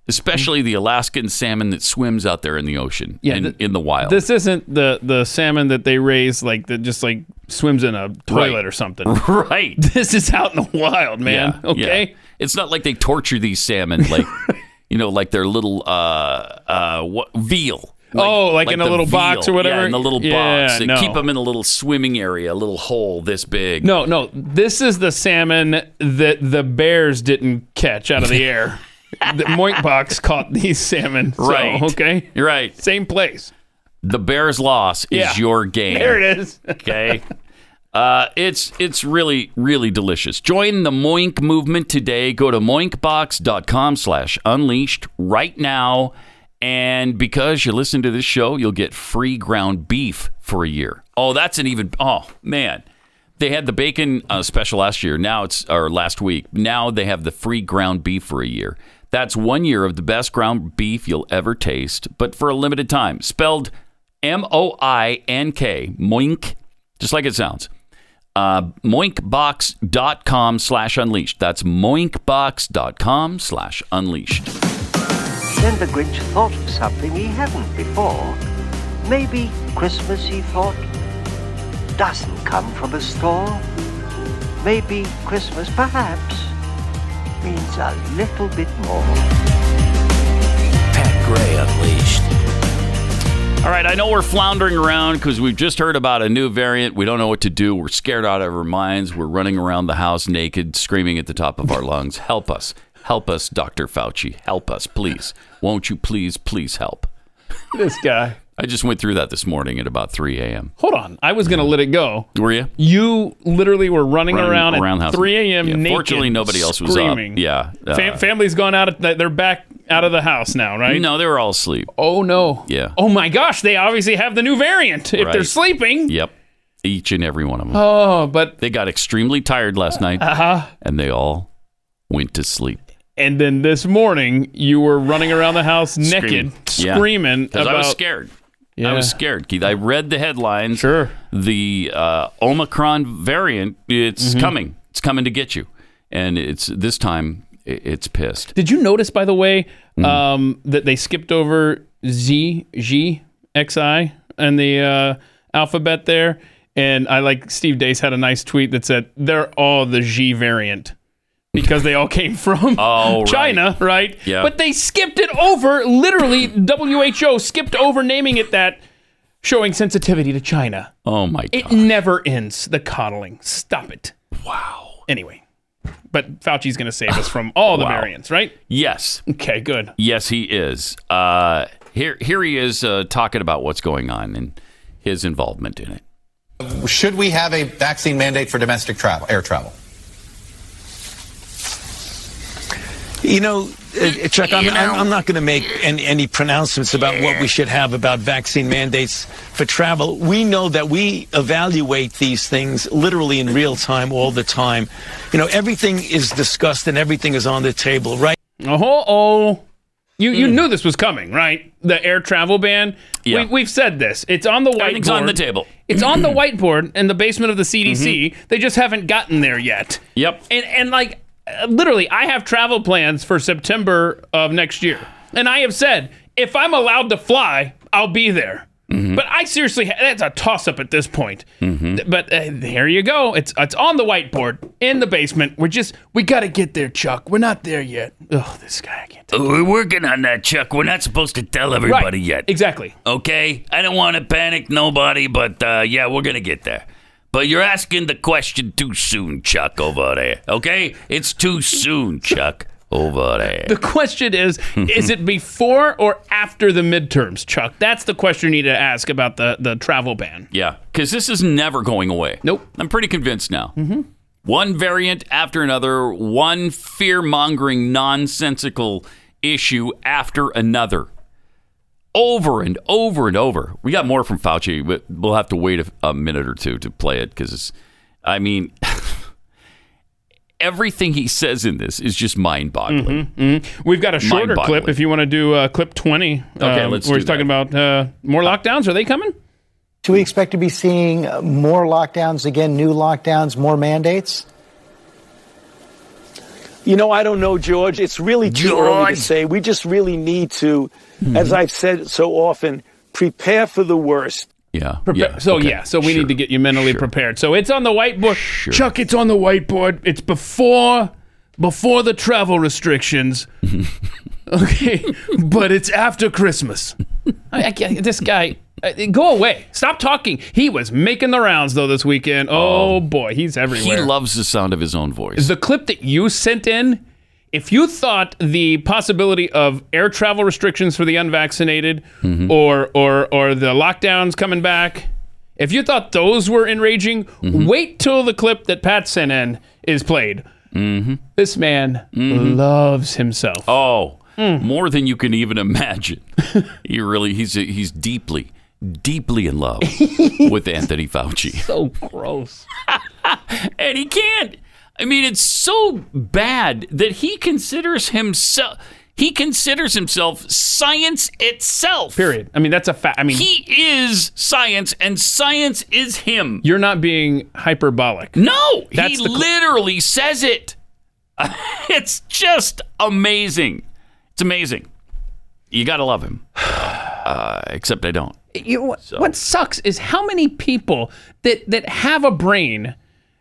especially the Alaskan salmon that swims out there in the ocean Yeah, and th- in the wild. This isn't the the salmon that they raise like that just like swims in a toilet Right. or something. right. This is out in the wild, man. Yeah, okay. yeah. It's not like they torture these salmon like you know like their little uh uh what, veal. Oh, like in a the little box or Yeah, whatever? in the little Yeah, box. They no. keep them in a little swimming area, a little hole this big. No, no. This is the salmon that the bears didn't catch out of the air. the Moink Box caught these salmon. So, Right. okay. You're right. Same place. The Bears' loss is Yeah. your game. There it is. Okay. Uh, it's it's really really delicious. Join the Moink movement today. Go to moinkbox.com/unleashed slash unleashed right now, and because you listen to this show, you'll get free ground beef for a year. Oh, that's an even oh man, they had the bacon uh, special last year. Now it's or last week. Now they have the free ground beef for a year. That's one year of the best ground beef you'll ever taste, but for a limited time. Spelled M O I N K, Moink, just like it sounds. Uh, moinkbox.com slash unleashed. That's moinkbox.com slash unleashed. Then the Grinch thought of something he hadn't before. Maybe Christmas, he thought, doesn't come from a store. Maybe Christmas, perhaps, means a little bit more. Pat Gray Unleashed. All right, I know we're floundering around because we've just heard about a new variant. We don't know what to do. We're scared out of our minds. We're running around the house naked, screaming at the top of our lungs. Help us. Help us, Dr. Fauci. Help us, please. Won't you please, please help? This guy. I just went through that this morning at about 3 a.m. Hold on. I was gonna let it go. Were you? You literally were running, Running around, around the at house. 3 a.m. Yeah, naked. fortunately, nobody else was up. screaming. Yeah, uh, Fam- family's gone out. Of th- they're back out of the house now, right? No, they were all asleep. Oh no. Yeah. Oh my gosh. They obviously have the new variant. If they're Right. sleeping. Yep. Each and every one of them. Oh, but They got extremely tired last night uh-huh. and they all went to sleep. And then this morning, you were running around the house naked, Yeah. screaming Because about. I was scared. I was Yeah. scared, Keith. I read the headlines. Sure. The uh, Omicron variant, it's Mm-hmm. coming. It's coming to get you. And it's this time, i- it's pissed. Did you notice, by the way, Mm. um, that they skipped over Z G X I and the uh, alphabet there? And I like Steve Dace had a nice tweet that said they're all the G variant because they all came from Oh, right. China, right? Yeah. But they skipped it over. Literally, WHO skipped over naming it that, showing sensitivity to China. Oh, my It God. never ends, the coddling. Stop it. Wow. Anyway, but Fauci's going to save us from all the Wow. variants, right? yes. Okay, good. Yes, he is. Uh, here, here he is uh, talking about what's going on and his involvement in it. Should we have a vaccine mandate for domestic travel, air travel? You know, uh, Chuck, I'm, I'm, I'm not going to make any, any pronouncements about what we should have about vaccine mandates for travel. We know that we evaluate these things literally in real time all the time. You know, everything is discussed and everything is on the table, right? Oh, oh. You, you knew this was coming, right? The air travel ban. Yeah. We, we've said this. It's on the whiteboard. Everything's on the table. It's on the whiteboard in the basement of the CDC. They just haven't gotten there yet. Yep. And and like uh, literally, I have travel plans for September of next year, and I have said if I'm allowed to fly, I'll be there. Mm-hmm. But I seriously, that's a toss up at this point. Th- But uh, here you go. It's it's on the whiteboard in the basement. We're just we got to get there, Chuck. We're not there yet. Oh, this guy. We're working on that, Chuck. We're not supposed to tell everybody yet. Exactly. Okay? I don't want to panic nobody, but uh, yeah, we're going to get there. But you're asking the question too soon, Chuck, over there. Okay? It's too soon, Chuck, over there. The question is: Is it before or after the midterms, Chuck? That's the question you need to ask about the the travel ban. Yeah, because this is never going away. Nope. I'm pretty convinced now. Mm-hmm. One variant after another, one fear mongering, nonsensical issue after another. Over and over and over. We got more from Fauci, but we'll have to wait a, a minute or two to play it because, I mean, everything he says in this is just mind boggling. Mm-hmm. We've got a shorter Mind-boggling. clip if you want to do uh, clip 20. Okay, uh, let's Where do he's talking about uh, more lockdowns. Are they coming? Do we expect to be seeing uh, more lockdowns again, new lockdowns, more mandates? You know, I don't know, George. It's really too early George. to say. We just really need to, as I've said so often, prepare for the worst. Yeah. Prepa- so yeah, so we need to get you mentally prepared. So it's on the whiteboard, Chuck. It's on the whiteboard. It's before before the travel restrictions. okay, but it's after Christmas. I, I can't, this guy, uh, go away. Stop talking. He was making the rounds though this weekend. Oh, boy, he's everywhere. He loves the sound of his own voice. The clip that you sent in, if you thought the possibility of air travel restrictions for the unvaccinated Mm-hmm. or, or, or the lockdowns coming back, if you thought those were enraging, Mm-hmm. wait till the clip that Pat sent in is played. Mm-hmm. This man loves himself. Mm-hmm. Mm. Oh, more than you can even imagine. he really he's he's deeply deeply in love with Anthony Fauci. So gross. and he can't. I mean, it's so bad that he considers himself he considers himself science itself. Period. I mean, that's a fact. I mean, He is science and science is him. you're not being hyperbolic. No, That's he the cl- literally says it. it's just amazing. It's amazing. You gotta love him. Uh, except I don't. you know, what- what sucks is how many people that that have a brain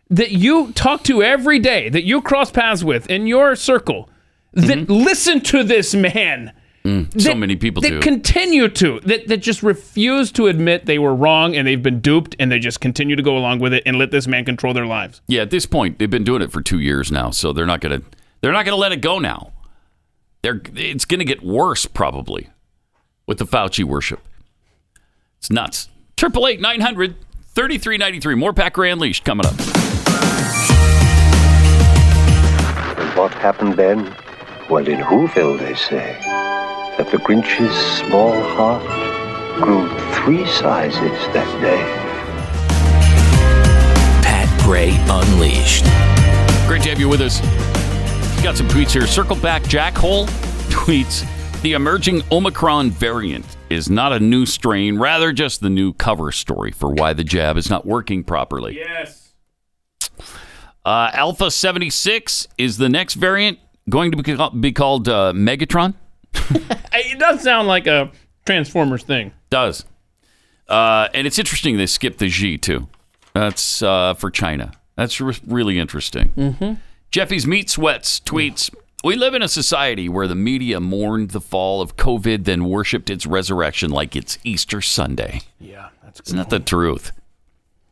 that you talk to every day that you cross paths with in your circle that listen to this man Mm, so many Mm-hmm. people that do. continue to that that just refuse to admit they were wrong and they've been duped and they just continue to go along with it and let this man control their lives yeah, at this point, they've been doing it for two years now, so they're not gonna they're not gonna let it go now. They're it's gonna get worse probably with the Fauci worship. It's nuts. Triple eight nine hundred thirty three ninety three. More Pat Gray Unleashed coming up. And what happened then? Well, in Whoville, they say that the Grinch's small heart grew three sizes that day. Pat Gray Unleashed. Great to have you with us. Got some tweets here. Circle back Jackhole tweets The emerging Omicron variant is not a new strain, rather, just the new cover story for why the jab is not working properly. yes Uh, Alpha 76 is the next variant going to be, ca- be called uh, Megatron? it does sound like a transformers thing Does. Uh, and it's interesting they skipped the G, too. That's uh, for China. That's re- really interesting. mm-hmm. Jeffy's Meat Sweats tweets We live in a society where the media mourned the fall of COVID, then worshiped its resurrection like it's Easter Sunday. Yeah, that's It's not the truth.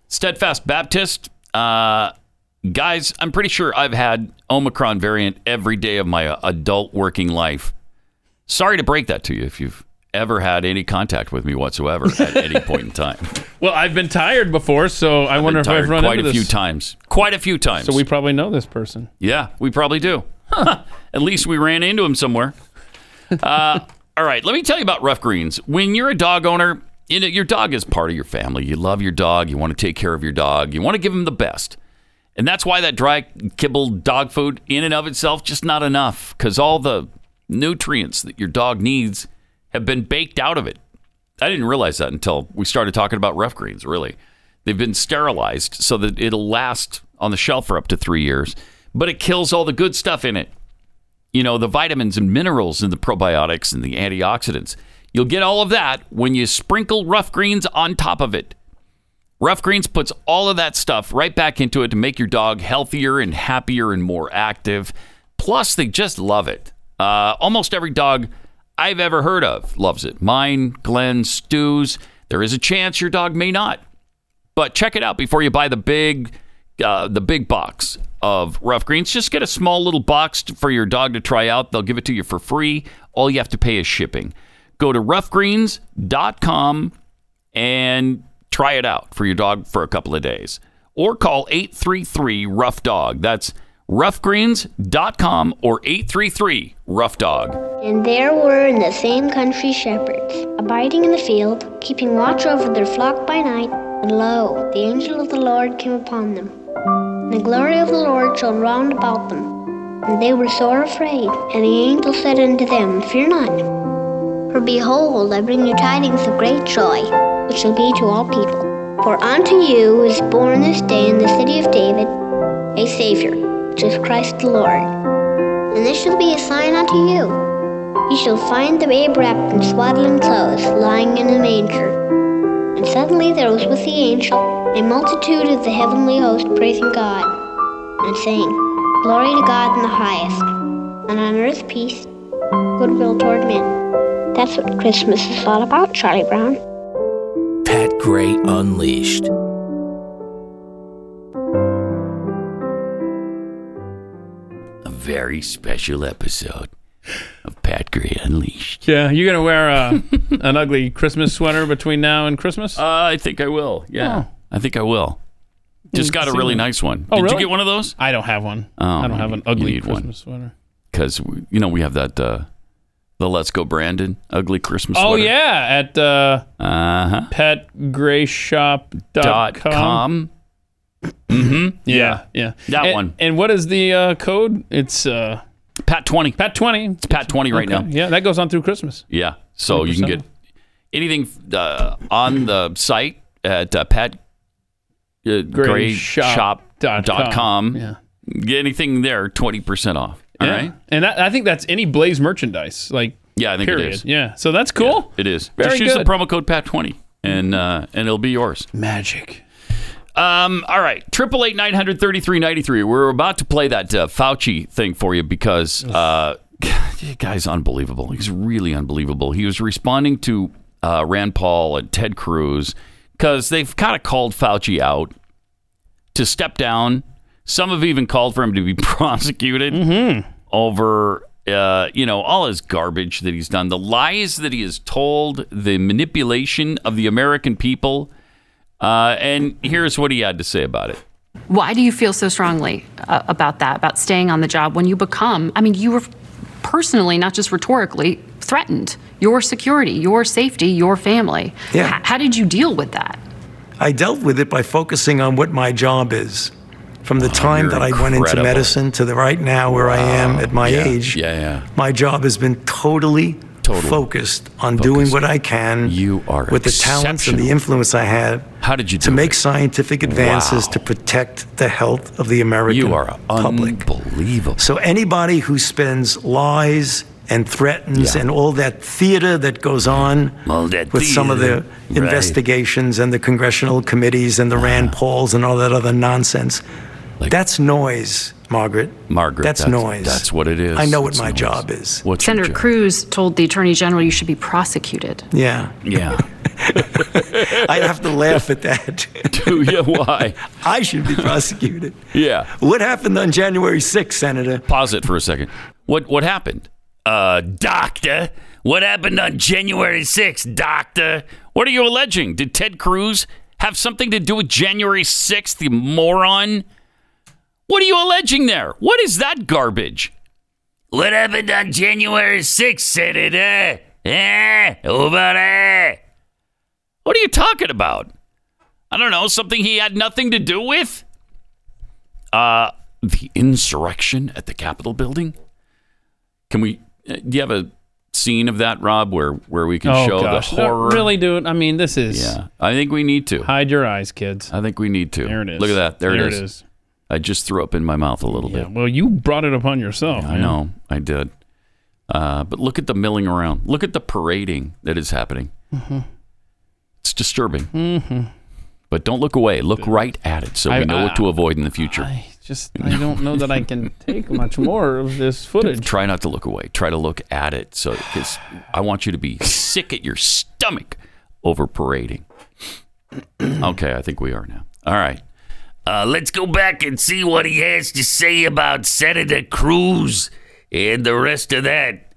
Steadfast Baptist, uh, guys, I'm pretty sure I've had Omicron variant every day of my uh, adult working life. Sorry to break that to you if you've ever had any contact with me whatsoever at any point in time. well i've been tired before so i wonder if Tired i've run quite into a few this. times. Quite a few times. so we probably know this person Yeah, we probably do. At least we ran into him somewhere. Uh, all right, let me tell you about Rough Greens. When you're a dog owner, you know, your dog is part of your family. You love your dog. You want to take care of your dog. You want to give him the best. And that's why that dry kibble dog food, in and of itself, just not enough because all the nutrients that your dog needs have been baked out of it. I didn't realize that until we started talking about rough greens, really. They've been sterilized so that it'll last on the shelf for up to three years, but it kills all the good stuff in it. You know, the vitamins and minerals and the probiotics and the antioxidants. You'll get all of that when you sprinkle rough greens on top of it. Rough Greens puts all of that stuff right back into it to make your dog healthier and happier and more active. Plus, they just love it. Uh, almost every dog I've ever heard of loves it. Mine, Glenn, Stu's. There is a chance your dog may not, but check it out before you buy the big, uh, the big box of Rough Greens. Just get a small little box t- for your dog to try out. They'll give it to you for free. All you have to pay is shipping. Go to roughgreens.com and try it out for your dog for a couple of days. Or call 833 Rough Dog. That's roughgreens.com or 833 Rough Dog. And there were in the same country shepherds, abiding in the field, keeping watch over their flock by night. And lo, the angel of the Lord came upon them. And the glory of the Lord shone round about them. And they were sore afraid. And the angel said unto them, Fear not. For behold, I bring you tidings of great joy, which shall be to all people. For unto you is born this day in the city of David a Savior, which is Christ the Lord. And this shall be a sign unto you. You shall find the babe wrapped in swaddling clothes, lying in a manger. And suddenly there was with the angel a multitude of the heavenly host praising God, and saying, Glory to God in the highest, and on earth peace, goodwill toward men. That's what Christmas is all about, Charlie Brown. Pat Gray Unleashed. A very special episode of Pat Gray Unleashed. Yeah, you gonna wear uh, an ugly Christmas sweater between now and Christmas? Uh, I think I will. Yeah, oh. I think I will. Just got a really nice one. Mm, Oh, Did really? you get one of those? Oh, I don't have one. I don't have an ugly Christmas sweater. because you know we have that uh, the Let's Go Brandon ugly Christmas. Oh sweater. yeah, at uh, uh-huh. petgrayshop.com. Dot com. Mm-hmm. Yeah, yeah, That And- one. And what is the uh, code? It's uh, Pat twenty. Pat twenty. It's Pat twenty right now. Yeah, that goes on through Christmas. Yeah. So you can 20%. get anything uh, on the site at uh, Pat uh, Gray Shop dot dot com. Yeah. Get anything there, twenty percent off. All Yeah. right. And that, I think that's any Blaze merchandise. Like Yeah, I think period. it is. Yeah. So that's cool. It is. Very Just use the good. promo code Pat twenty, and uh, and it'll be yours. Magic. Um, all right, triple eight nine hundred thirty three ninety three. We're about to play that uh, Fauci thing for you because uh, the guy's unbelievable. He's really unbelievable. He was responding to uh, Rand Paul and Ted Cruz because they've kind of called Fauci out to step down. Some have even called for him to be prosecuted Mm-hmm. over, uh, you know, all his garbage that he's done, the lies that he has told, the manipulation of the American people. Uh, and here's what he had to say about it. Why do you feel so strongly uh, about that, about staying on the job when you become, I mean, you were personally, not just rhetorically, threatened your security, your safety, your family? Yeah. H- how did you deal with that? I dealt with it by focusing on what my job is. From the Oh, time you're that I went into incredible. medicine to the right now where I am at my Yeah, age, yeah, yeah. my job has been totally, focused on doing what I can you are with the talents and the influence I have How did you to make scientific advances to protect the health of the American You are public. Unbelievable. So anybody who spins lies and threatens Yeah. and all that theater that goes on with some of the theater, right. investigations and the congressional committees and the Rand Pauls and all that other nonsense, that's noise, Margaret. Margaret, That's, that's- noise. that's what it is. I know what It's my noise. job is. What's Senator Cruz told the Attorney General you should be prosecuted. Yeah. Yeah. I have to laugh at that. Do you? Why? I should be prosecuted. Yeah. What happened on January 6th, Senator? Pause it for a second. What what happened? Uh, doctor, what happened on January 6th, doctor? What are you alleging? Did Ted Cruz have something to do with January 6th, you moron? What are you alleging there? What is that garbage? What happened on January 6th, Senator? Eh? Over there. What are you talking about? I don't know, something he had nothing to do with? Uh, the insurrection at the Capitol building? Can we, uh, do you have a scene of that, Rob, where, where we can oh show gosh. the No, horror? Really, dude. I mean, this is. Yeah, I think we need to. Hide your eyes, kids. I think we need to. There it is. Look at that. There, There it, is. it is. I just threw up in my mouth a little Yeah. bit. Well, you brought it upon yourself. I know. I did. Uh, but look at the milling around. Look at the parading that is happening. Mhm. It's disturbing. Mm-hmm. But don't look away. Look right at it so I- we know what I- to avoid in the future. Just I don't know that I can take much more of this footage. Try not to look away. Try to look at it. So, because I want you to be sick at your stomach over parading. okay, I think we are now. All right. Uh, let's go back and see what he has to say about Senator Cruz and the rest of that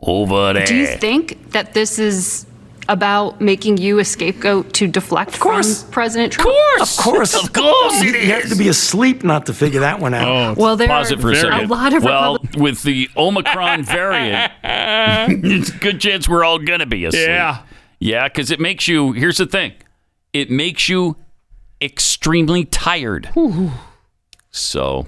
over there. Do Eh. you think that this is about making you a scapegoat to deflect from President Trump? Of course. Of course. Of course you, You have to be asleep not to figure that one out. Well, there Oh, Pause are it for a second. lot of well, with the Omicron variant, it's a good chance we're all gonna be asleep. Yeah. yeah, because it makes you. Here's the thing, it makes you extremely tired. So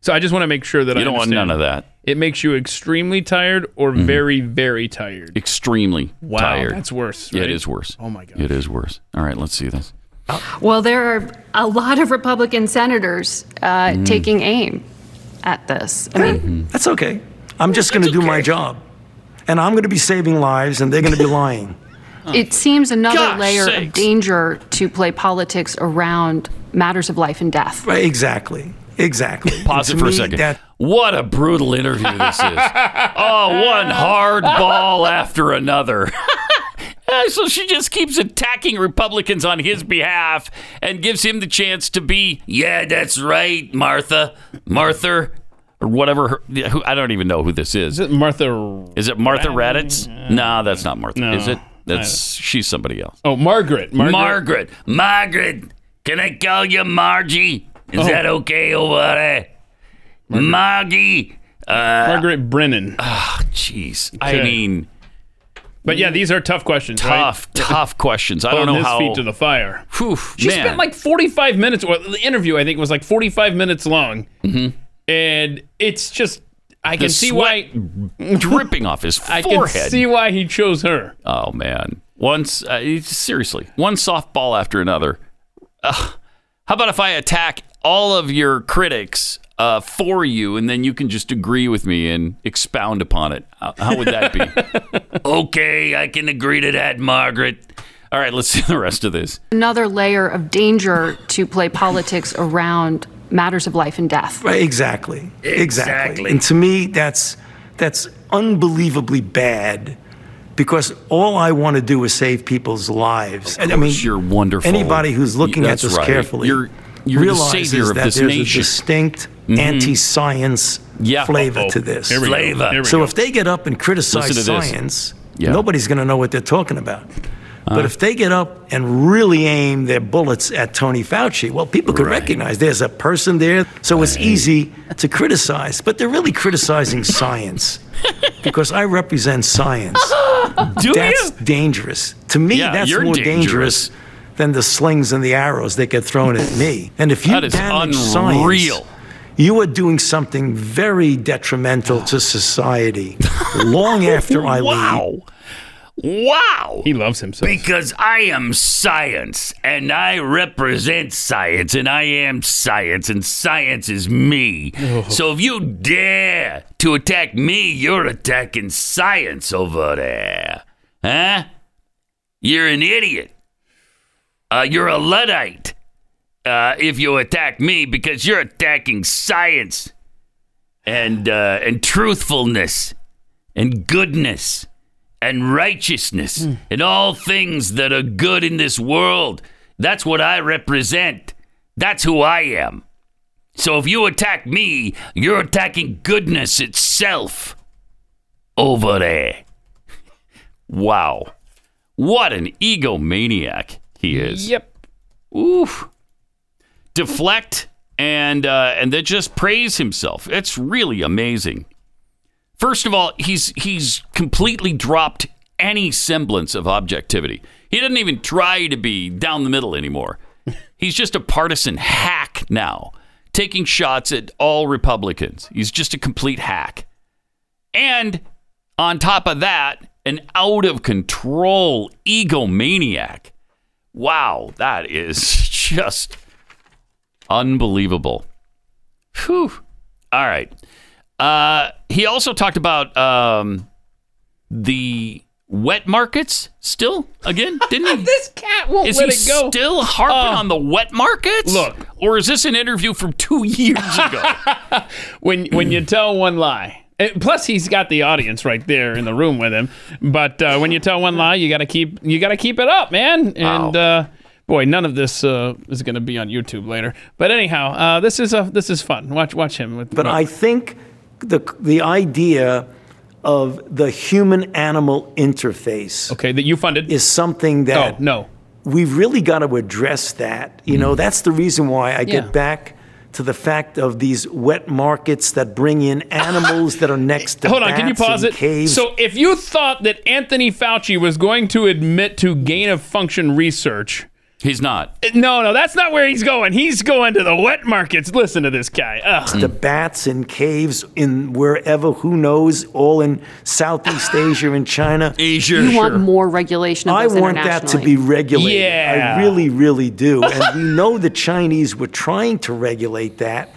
So I just want to make sure that You I don't want understand. none of that. Mm-hmm. It makes you extremely tired or very very tired. extremely Wow, tired. that's worse, Yeah, right? it is worse. Oh my god, it is worse. All right, let's see this. Well, there are a lot of Republican senators uh, Mm. taking aim at this. I mean, Mm-hmm. That's okay. I'm just going to do my job. And I'm going to be saving lives, and they're going to be lying. it seems another Gosh layer of sakes. danger to play politics around matters of life and death. Right, exactly. Exactly. Pause To it for a me, second. that- What a brutal interview this is. oh, one hard ball after another. Uh, so she just keeps attacking Republicans on his behalf and gives him the chance to be, yeah, that's right, Martha, Martha, or whatever. Her, yeah, who, I don't even know who this is. Is it Martha? Is it Martha Raddatz? no, that's not Martha. No, is it? I That's she's somebody else. Oh, Margaret. Margaret. Margaret. Margaret. Can I call you Margie? Is Oh. that okay over there? Margie. Uh, Margaret Brennan. Oh, jeez. Ah, I mean, but yeah, these are tough questions. Tough, right? tough questions. I don't Holding know his how- feet to the fire. Whew, she man. spent like 45 minutes, or the interview I think was like 45 minutes long, and it's just I Mm-hmm. can The see sweat why dripping off his I can forehead. see why he chose her. Oh man, once uh, it's- seriously, one softball after another. Ugh. How about if I attack all of your critics uh, for you, and then you can just agree with me and expound upon it? How, how would that be? okay, I can agree to that, Margaret. all right, let's see the rest of this. Another layer of danger to play politics around matters of life and death. Right, exactly. Exactly. And to me, that's that's unbelievably bad because all I want to do is save people's lives. And I mean, you're wonderful. Anybody who's looking That's at this right. carefully You're- you're the realizes savior of that this there's nation. Mm-hmm. a distinct anti-science Yeah. flavor Uh-oh. to this. Here we go. Flavor. Here we So go. if they get up and criticize Listen to this. science, Yeah. nobody's going to know what they're talking about. Uh-huh. But if they get up and really aim their bullets at Tony Fauci, well, people could recognize there's a person there, so it's easy to criticize. But they're really criticizing science because I represent science. that's dangerous. To me, Yeah, that's you're more dangerous. dangerous. than the slings and the arrows that get thrown at me. And if you That is damage unreal. science, you are doing something very detrimental to society long after I leave. Wow. He loves himself. Because I am science and I represent science and I am science and science is me. Oh. So if you dare to attack me, you're attacking science over there. Huh? You're an idiot. Uh, you're a Luddite uh, if you attack me because you're attacking science and, uh, and truthfulness and goodness and righteousness Hmm. and all things that are good in this world. That's what I represent. That's who I am. So if you attack me, you're attacking goodness itself over there. Wow, what an egomaniac he is. Yep. Oof. Deflect and uh, and then just praise himself. It's really amazing. First of all, he's he's completely dropped any semblance of objectivity. He doesn't even try to be down the middle anymore. He's just a partisan hack now, taking shots at all Republicans. He's just a complete hack. And on top of that, an out of control egomaniac. Wow, that is just unbelievable. Whew. All right. Uh, he also talked about um, the wet markets still again, didn't he? this cat won't Is let he it go. still harping Uh, on the wet markets? look. or is this an interview from two years ago? when when you tell one lie. and plus, he's got the audience right there in the room with him. But uh, when you tell one lie, you gotta keep you gotta keep it up, man. And uh, boy, none of this uh, is gonna be on YouTube later. But anyhow, uh, this is a this is fun. Watch watch him. With But I think the the idea of the human animal interface. Okay, that you funded Oh, is something that no. Mm. We've really got to address that. You know, that's the reason why I Yeah. get back to the fact of these wet markets that bring in animals that are next to Hold on, can you bats and pause it? Caves. So, if you thought that Anthony Fauci was going to admit to gain of function research, eh, he's not. No, no, that's not where he's going. He's going to the wet markets. Listen to this guy. Ugh. Mm. the bats in caves in wherever, who knows, all in Southeast Asia and China. Asia, You want more regulation of I those want that to internationally. be regulated. Yeah. I really, really do. And we know the Chinese were trying to regulate that.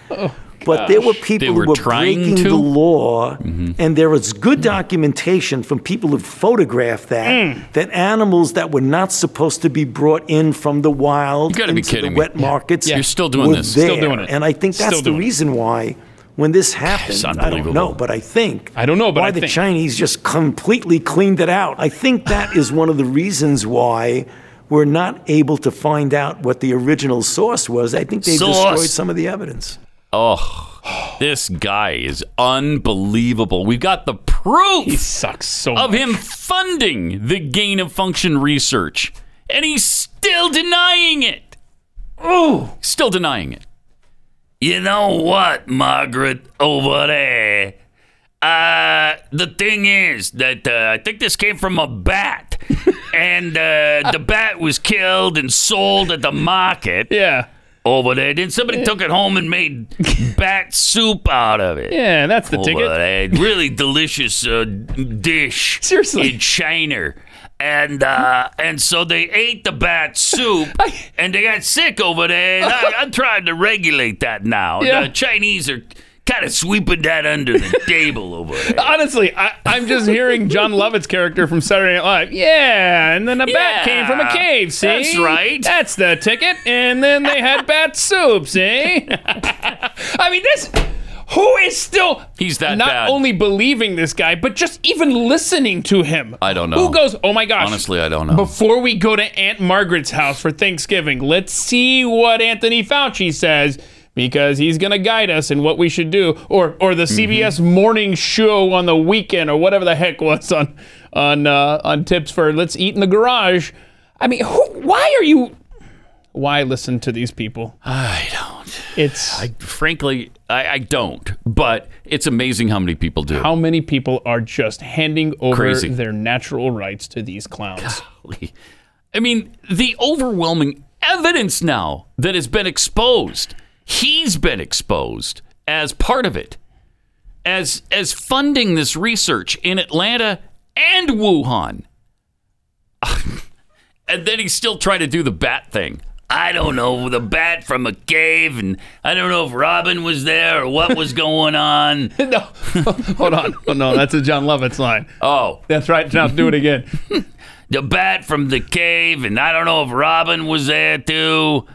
But there were Oh, gosh. people They were who were trying breaking to? Mm-hmm. the law, and there was good documentation from people who photographed that Mm. that animals that were not supposed to be brought in from the wild You gotta be into kidding me. the wet markets. Yeah. You're still doing were this. Still there. doing it. And I think that's Still the doing it. reason why when this happened, I don't unbelievable. know, but I think I don't know, but why I the think. Chinese just completely cleaned it out. I think that is one of the reasons why we're not able to find out what the original source was. I think they've Source. destroyed some of the evidence. Oh, this guy is unbelievable. We've got the proof. He sucks so of him funding the gain of function research, and he's still denying it. Oh, still denying it. You know what, Margaret over there? Uh, the thing is that uh, I think this came from a bat, and uh, the bat was killed and sold at the market. Yeah. Over there, then somebody took it home and made bat soup out of it. Yeah, that's the over ticket. There. Oh, Really delicious uh, dish. Seriously, in China, and uh, and so they ate the bat soup, and they got sick over there. And I, I'm trying to regulate that now. Yeah. The Chinese are kind of sweeping that under the table over there. Honestly, I, I'm just hearing John Lovett's character from Saturday Night Live. Yeah, and then a bat Yeah, came from a cave. See, that's right. That's the ticket. And then they had bat soup. See, I mean this. Who is still? He's that not bad. only believing this guy, but just even listening to him. I don't know. Who goes? Oh my gosh! Honestly, I don't know. Before we go to Aunt Margaret's house for Thanksgiving, let's see what Anthony Fauci says because he's going to guide us in what we should do, or or Mm-hmm. the CBS morning show on the weekend, or whatever the heck was on on uh, on tips for let's eat in the garage. I mean, who, why are you? Why listen to these people? I don't. It's I, frankly, I, I don't. But it's amazing how many people do. how many people are just handing over Crazy. their natural rights to these clowns. I mean, the overwhelming evidence now that has been exposed. He's been exposed as part of it, as as funding this research in Atlanta and Wuhan. and then he's still trying to do the bat thing. I don't know the bat from a cave, and I don't know if Robin was there or what was going on. no, hold on. Oh no, that's a John Lovitz line. Oh, that's right. Now do it again. the bat from the cave, and I don't know if Robin was there too.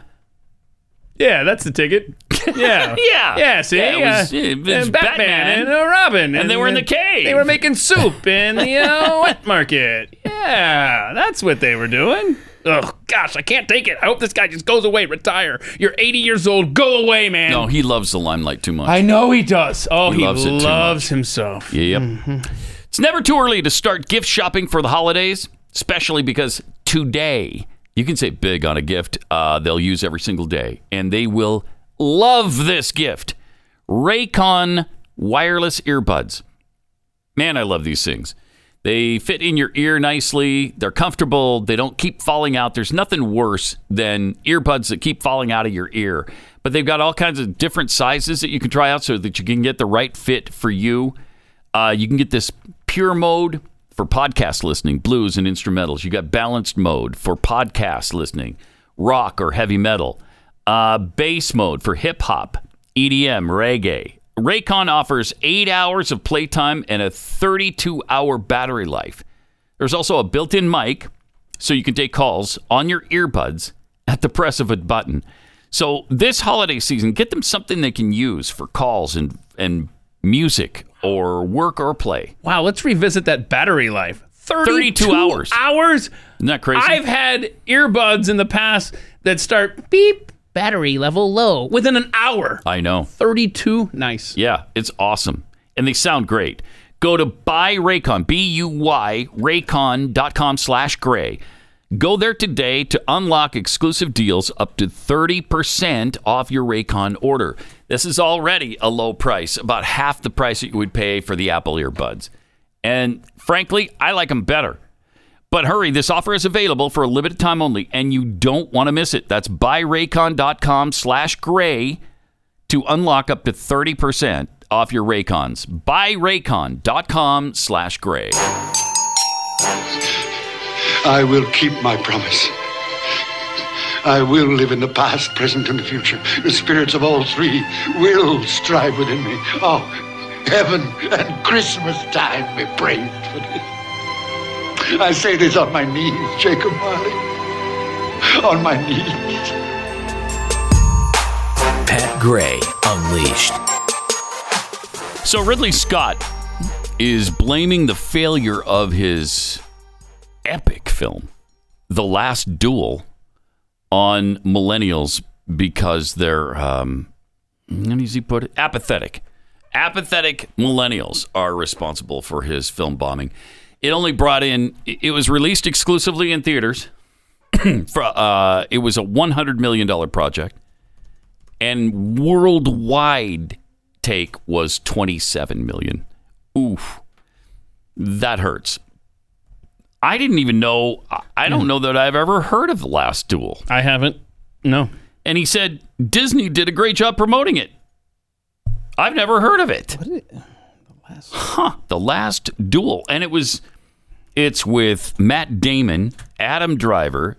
Yeah, that's the ticket. Yeah. Yeah. Yeah, see? Yeah, it was- uh, it was and Batman, Batman. and uh, Robin. And they were in the cave. They were making soup in the uh, wet market. Yeah, that's what they were doing. Oh, gosh, I can't take it. I hope this guy just goes away, retire. You're 80 years old. Go away, man. No, he loves the limelight too much. I know he does. Oh, He he, loves loves, it too himself. Mm-hmm. Yep. It's never too early to start gift shopping for the holidays, especially because today you can save big on a gift uh, they'll use every single day, and they will love this gift Raycon wireless earbuds. Man, I love these things. They fit in your ear nicely. They're comfortable. They don't keep falling out. There's nothing worse than earbuds that keep falling out of your ear. But they've got all kinds of different sizes that you can try out so that you can get the right fit for you. Uh, you can get this pure mode for podcast listening, blues and instrumentals. You got balanced mode for podcast listening, rock or heavy metal, uh, bass mode for hip hop, EDM, E reggae, Raycon offers eight hours of playtime and a 32 hour battery life. There's also a built in mic so you can take calls on your earbuds at the press of a button. So, this holiday season, get them something they can use for calls and, and music or work or play. Wow, let's revisit that battery life. 32 hours. Hours? Isn't that crazy? I've had earbuds in the past that start beep, battery level low within an hour. I know. 32. Nice. Yeah, it's awesome. And they sound great. Go to buy Raycon, B-U-Y, Raycon.com slash gray. Go there today to unlock exclusive deals up to 30% off your Raycon order. This is already a low price, about half the price that you would pay for the Apple earbuds. And frankly, I like them better. But hurry, this offer is available for a limited time only, and you don't want to miss it. That's buyraycon.com slash gray to unlock up to 30% off your Raycons. Buyraycon.com slash gray. I will keep my promise. I will live in the past, present, and the future. The spirits of all three will strive within me. Oh, heaven and Christmas time be praised for this. I say this on my knees, Jacob Marley. On my knees. Pat Gray Unleashed. So Ridley Scott is blaming the failure of his epic film, The Last Duel, on millennials because they're, um, how does he put it? Apathetic. Apathetic millennials are responsible for his film bombing. It only brought in, it it was released exclusively in theaters. for, uh, it was a $100 million project and worldwide take was 27 million. Oof. That hurts. I didn't even know I- I don't know that I've ever heard of The Last Duel. Hmm. I haven't. No. And he said Disney did a great job promoting it. I've never heard of it. Huh, The Last Duel. And it was it's with Matt Damon, Adam Driver,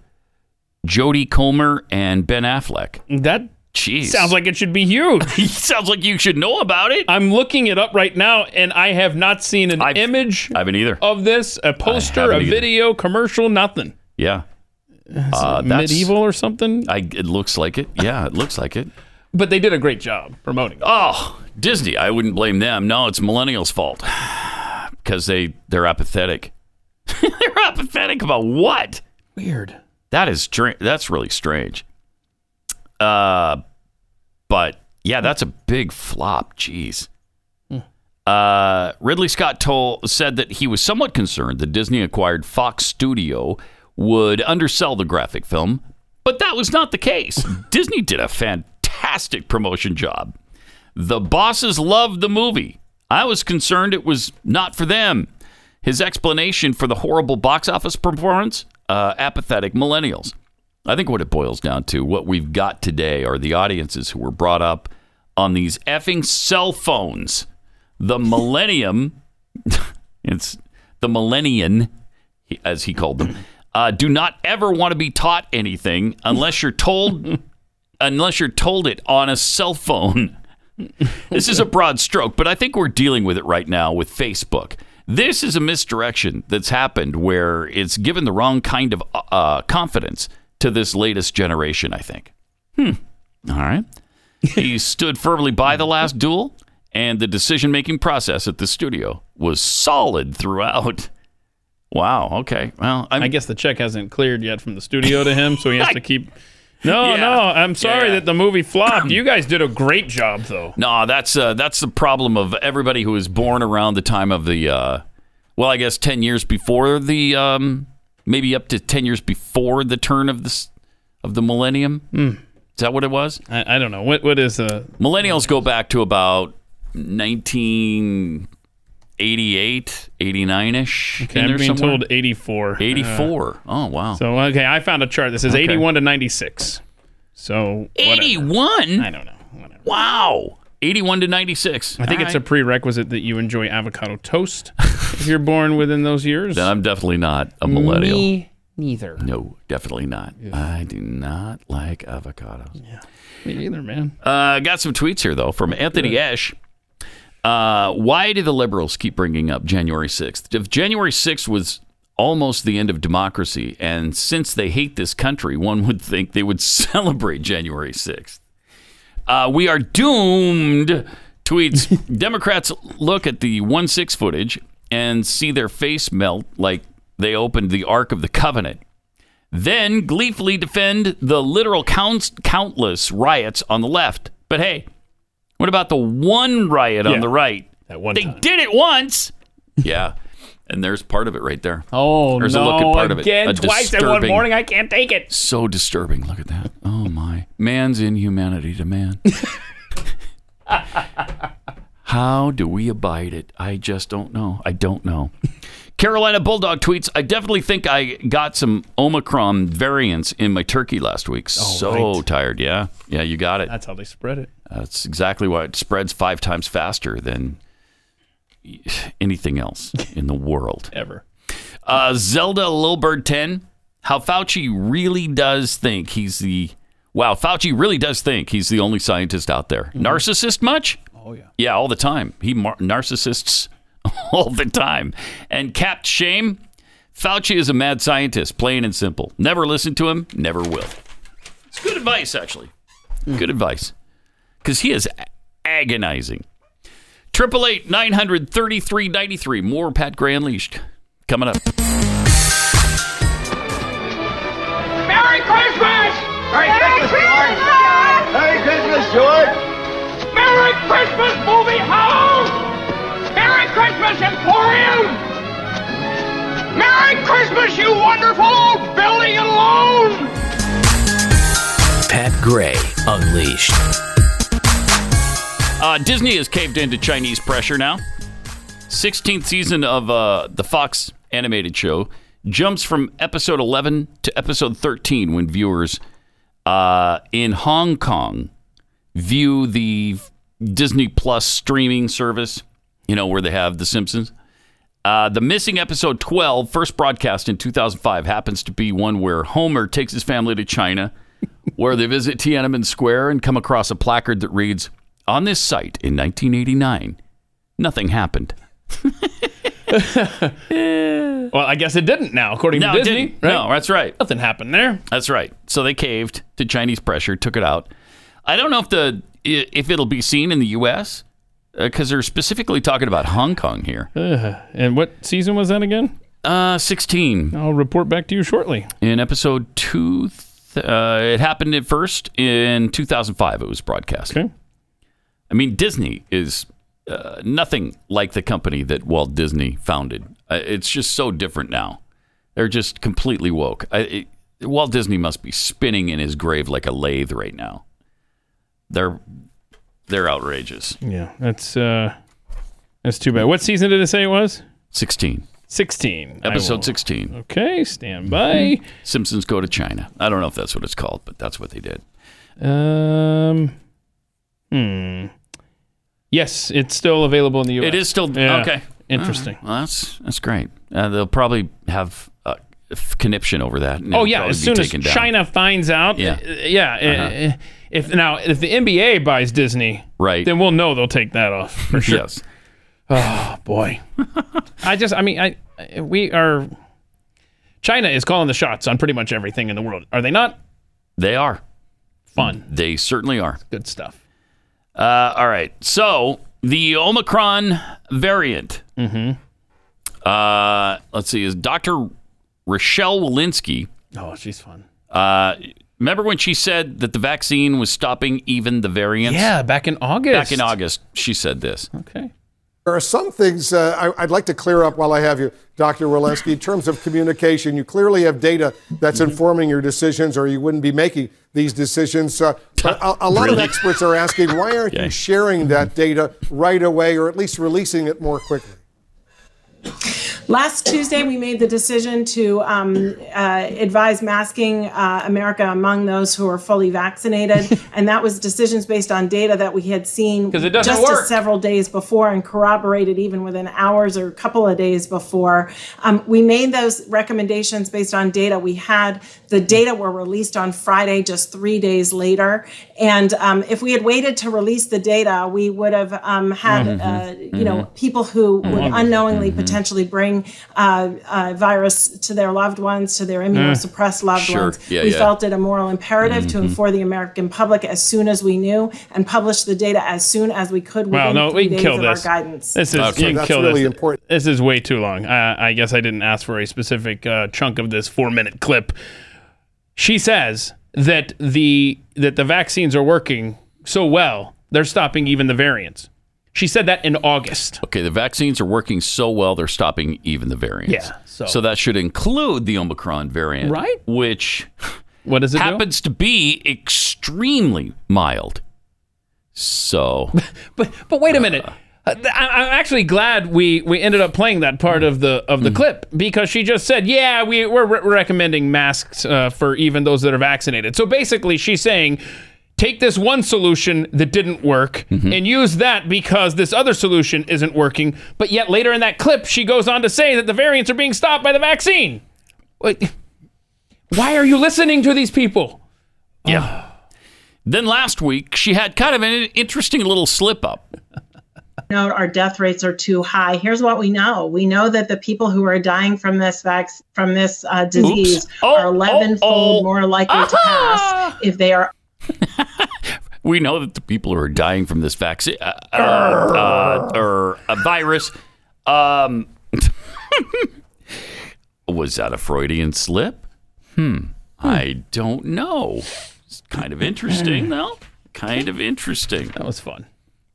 Jodie Comer and Ben Affleck. That Jeez. sounds like it should be huge. sounds like you should know about it. I'm looking it up right now, and I have not seen an image I haven't either. of this, a poster, a haven't either. video, commercial, nothing. Yeah. Uh, that's- Medieval or something. I, it looks like it. Yeah, it looks like it. But they did a great job promoting. it. Oh, Disney. I wouldn't blame them. No, it's millennials' fault because they they're apathetic. they're apathetic about what? Weird. That is str- that's really strange. Uh, but yeah, that's a big flop. Jeez. Hmm. Uh, Ridley Scott told said that he was somewhat concerned that Disney acquired Fox Studio would undersell the graphic film, but that was not the case. Disney did a fantastic promotion job. The bosses loved the movie. I was concerned it was not for them. His explanation for the horrible box office performance uh, apathetic millennials. I think what it boils down to, what we've got today, are the audiences who were brought up on these effing cell phones. The millennium, it's the millennian, he- as he called them, uh, do not ever want to be taught anything unless you're told, unless you're told it on a cell phone this is a broad stroke, but I think we're dealing with it right now with Facebook. This is a misdirection that's happened where it's given the wrong kind of uh, confidence to this latest generation, I think. Hmm. All right. he stood firmly by the last duel, and the decision making process at the studio was solid throughout. Wow. Okay. Well, I'm, I guess the check hasn't cleared yet from the studio to him, so he has to keep. No, Yeah. no, I'm sorry Yeah. that the movie flopped. you guys did a great job, though. No, that's uh, that's the problem of everybody who was born around the time of the, uh, well, I guess ten years before the, um, maybe up to ten years before the turn of this of the millennium. Is that what it was? I, I don't know what what is uh Millennials go back to about 1988, 89 ish. Okay, I'm being told 84. 84. oh wow. Uh, so okay, I found a chart that says Okay. 81 to 96. So whatever. 81. I don't know. Whatever. Wow. 81 to 96. I think it's a prerequisite that you enjoy avocado toast if you're born within those years. Then I'm definitely not a millennial. Me neither. No, definitely not. I do not like avocados. Me either, man. Uh, got some tweets here, though, from Anthony Esch. Uh, why do the liberals keep bringing up January 6th? If January 6th was almost the end of democracy, and since they hate this country, one would think they would celebrate January 6th. Uh, we are doomed, tweets. Democrats look at the 1 6 footage and see their face melt like they opened the Ark of the Covenant. Then gleefully defend the literal counts, countless riots on the left. But hey, what about the one riot Yeah. on the right? That one they time. did it once. yeah. And there's part of it right there. Oh there's no! a look at part again, of it. A twice in one disturbing- morning. I can't take it. So disturbing. Look at that. Oh my. Man's inhumanity to man. How do we abide it? I just don't know. I don't know. Carolina Bulldog tweets, I definitely think I got some Omicron variants in my turkey last week. so tired. Yeah. Yeah, you got it. That's how they spread it. That's exactly why it spreads five times faster than anything else in the world ever. Uh, Zelda Lilbird ten, how Fauci really does think he's the wow. Fauci really does think he's the only scientist out there. Narcissist much? Mm-hmm. Oh yeah, yeah, all the time. He mar- narcissists all the time. And capped shame. Fauci is a mad scientist, plain and simple. Never listen to him. Never will. It's good advice, actually. Good advice. Because he is a- agonizing. 888 933 93. More Pat Gray Unleashed coming up. Merry Christmas! Merry, Christmas, George! Merry Christmas, George! Merry Christmas, movie house! Merry Christmas, Emporium! Merry Christmas, you wonderful old building and loan! Pat Gray Unleashed. Uh, Disney has caved into Chinese pressure now. 16th season of uh, the Fox animated show jumps from episode 11 to episode 13 when viewers uh, in Hong Kong view the Disney Plus streaming service, you know, where they have The Simpsons. Uh, the missing episode 12, first broadcast in 2005, happens to be one where Homer takes his family to China, where they visit Tiananmen Square and come across a placard that reads On this site in 1989, nothing happened. Well, I guess it didn't now, according No, to it Disney. didn't. No, that's right. Nothing happened there. That's right. So they caved to Chinese pressure, took it out. I don't know if the i- if it'll be seen in the U.S. because they're specifically talking about Hong Kong here. Ugh. and what season was that again? Uh, sixteen. I'll report back to you shortly. In episode two, th- uh, it happened at first in 2005. It was broadcast. Okay. I mean, Disney is uh, nothing like the company that Walt Disney founded. Uh, it's just so different now. They're just completely woke. I, it, Walt Disney must be spinning in his grave like a lathe right now. They're they're outrageous. Yeah, that's uh, that's too bad. What season did it say it was? Sixteen. Sixteen. I will- Episode 16. Okay, stand by. Simpsons go to China. I don't know if that's what it's called, but that's what they did. Um. Hmm. Yes, it's still available in the U.S. It is still Yeah. okay. Interesting. All right. Well, that's that's great. Uh, they'll probably have a conniption over that. and Oh it'll yeah, probably as be soon as taken down. China finds out, Yeah. Uh-huh. uh, yeah. uh, If now if the NBA buys Disney, Right. then we'll know they'll take that off for sure. Yes. Ah, Oh boy, I just I mean I I- we are China is calling the shots on pretty much everything in the world. Are they not? They are. Fun. They certainly are. Good stuff. Uh, all right. So the Omicron variant. Mhm. Uh, let's see. Is Dr. Rochelle Walensky. Oh, she's fun. Uh, remember when she said that the vaccine was stopping even the variants? Yeah, back in August. Back in August, she said this. Okay. There are some things uh, I, I'd like to clear up while I have you, Dr. Walensky. In terms of communication, you clearly have data that's informing your decisions, or you wouldn't be making these decisions. Uh, but a, a lot of Really? experts are asking, why aren't you sharing that data right away, or at least releasing it more quickly? Last Tuesday, we made the decision to um, uh, advise masking uh, America among those who are fully vaccinated, and that was decisions based on data that we had seen 'Cause it doesn't just work. as several days before and corroborated even within hours or a couple of days before. Um, we made those recommendations based on data we had. The data were released on Friday, just three days later. And um, if we had waited to release the data, we would have um, had, Mm-hmm. uh, you know, people who would Mhm. unknowingly potentially bring uh, uh, virus to their loved ones, to their Mm-hmm. immunosuppressed loved Sure. ones. Yeah, we yeah. felt it a moral imperative Mm-hmm. to inform the American public as soon as we knew and publish the data as soon as we could. Wow, within no, three we can days kill of this. Our guidance. This is Okay. you can That's kill really this. important. This is way too long. Uh, I guess I didn't ask for a specific uh, chunk of this four-minute clip. She says that the that the vaccines are working so well they're stopping even the variants. She said that in August. Okay, the vaccines are working so well they're stopping even the variants. Yeah, so- that should include the Omicron variant, Right. Which what does it do? happens to be extremely mild. So But wait a minute. Uh, th- I- I'm actually glad we, we ended up playing that part of the of the clip because she just said, "Yeah, we we're re- recommending masks uh, for even those that are vaccinated." So basically, she's saying, take this one solution that didn't work and use that because this other solution isn't working. But yet later in that clip, she goes on to say that the variants are being stopped by the vaccine. Wait, why are you listening to these people? yeah. Then last week she had kind of an interesting little slip up. note our death rates are too high. Here's what we know: we know that the people who are dying from this vac- from this uh, disease Oh, are 11 fold more likely to pass if they are We know that the people who are dying from this vaccine uh, uh, uh, or a virus um, was that a Freudian slip? Hmm. I don't know. It's kind of interesting, though. Kind of interesting. That was fun.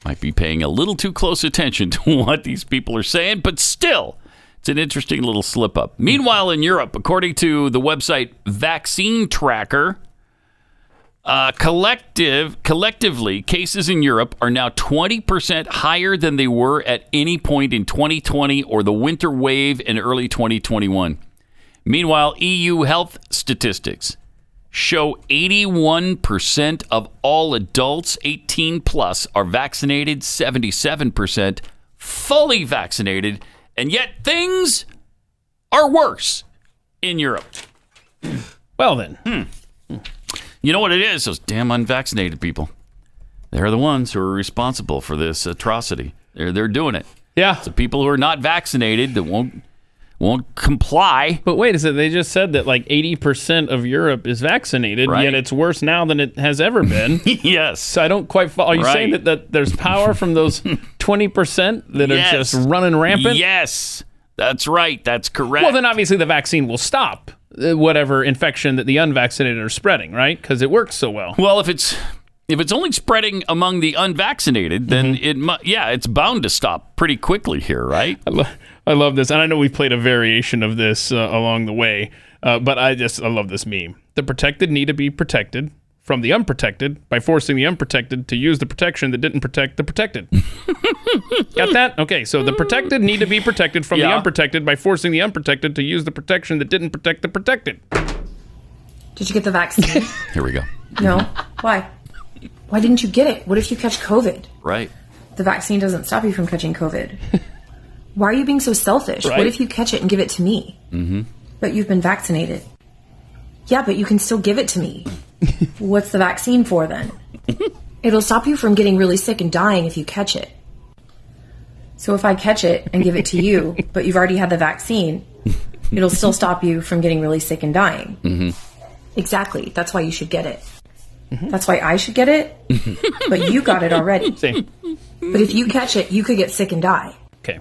Might be paying a little too close attention to what these people are saying, but still, it's an interesting little slip up. Meanwhile, in Europe, according to the website Vaccine Tracker, uh, collective collectively cases in Europe are now 20% higher than they were at any point in 2020 or the winter wave in early 2021. Meanwhile, EU health statistics show 81% of all adults 18 plus are vaccinated, 77% fully vaccinated, and yet things are worse in Europe. Well then. You know what it is? Those damn unvaccinated people. They're the ones who are responsible for this atrocity. They're they're doing it. Yeah. It's the people who are not vaccinated that won't won't comply. But wait a second, they just said that like 80% of Europe is vaccinated, Right. yet it's worse now than it has ever been. yes. So I don't quite follow. Are you saying Right. that, that there's power from those 20% that Yes. are just running rampant? Yes. That's right. That's correct. Well, then obviously the vaccine will stop uh, whatever infection that the unvaccinated are spreading, right? Because it works so well. Well, if it's if it's only spreading among the unvaccinated, then Mm-hmm. it mu- yeah, it's bound to stop pretty quickly here, right? I, lo- I love this. And I know we played a variation of this uh, along the way, uh, but I just, I love this meme. The protected need to be protected from the unprotected by forcing the unprotected to use the protection that didn't protect the protected. Got that? Okay, so the protected need to be protected from the Yeah. unprotected by forcing the unprotected to use the protection that didn't protect the protected. Did you get the vaccine? Here we go. no. Why? Why didn't you get it? What if you catch COVID? Right. The vaccine doesn't stop you from catching COVID. Why are you being so selfish? Right. What if you catch it and give it to me? Mm-hmm. But you've been vaccinated. Yeah, but you can still give it to me. What's the vaccine for then? It'll stop you from getting really sick and dying if you catch it. So if I catch it and give it to you, but you've already had the vaccine, it'll still stop you from getting really sick and dying. Exactly. That's why you should get it. That's why I should get it, but you got it already. Same. But if you catch it, you could get sick and die. Okay.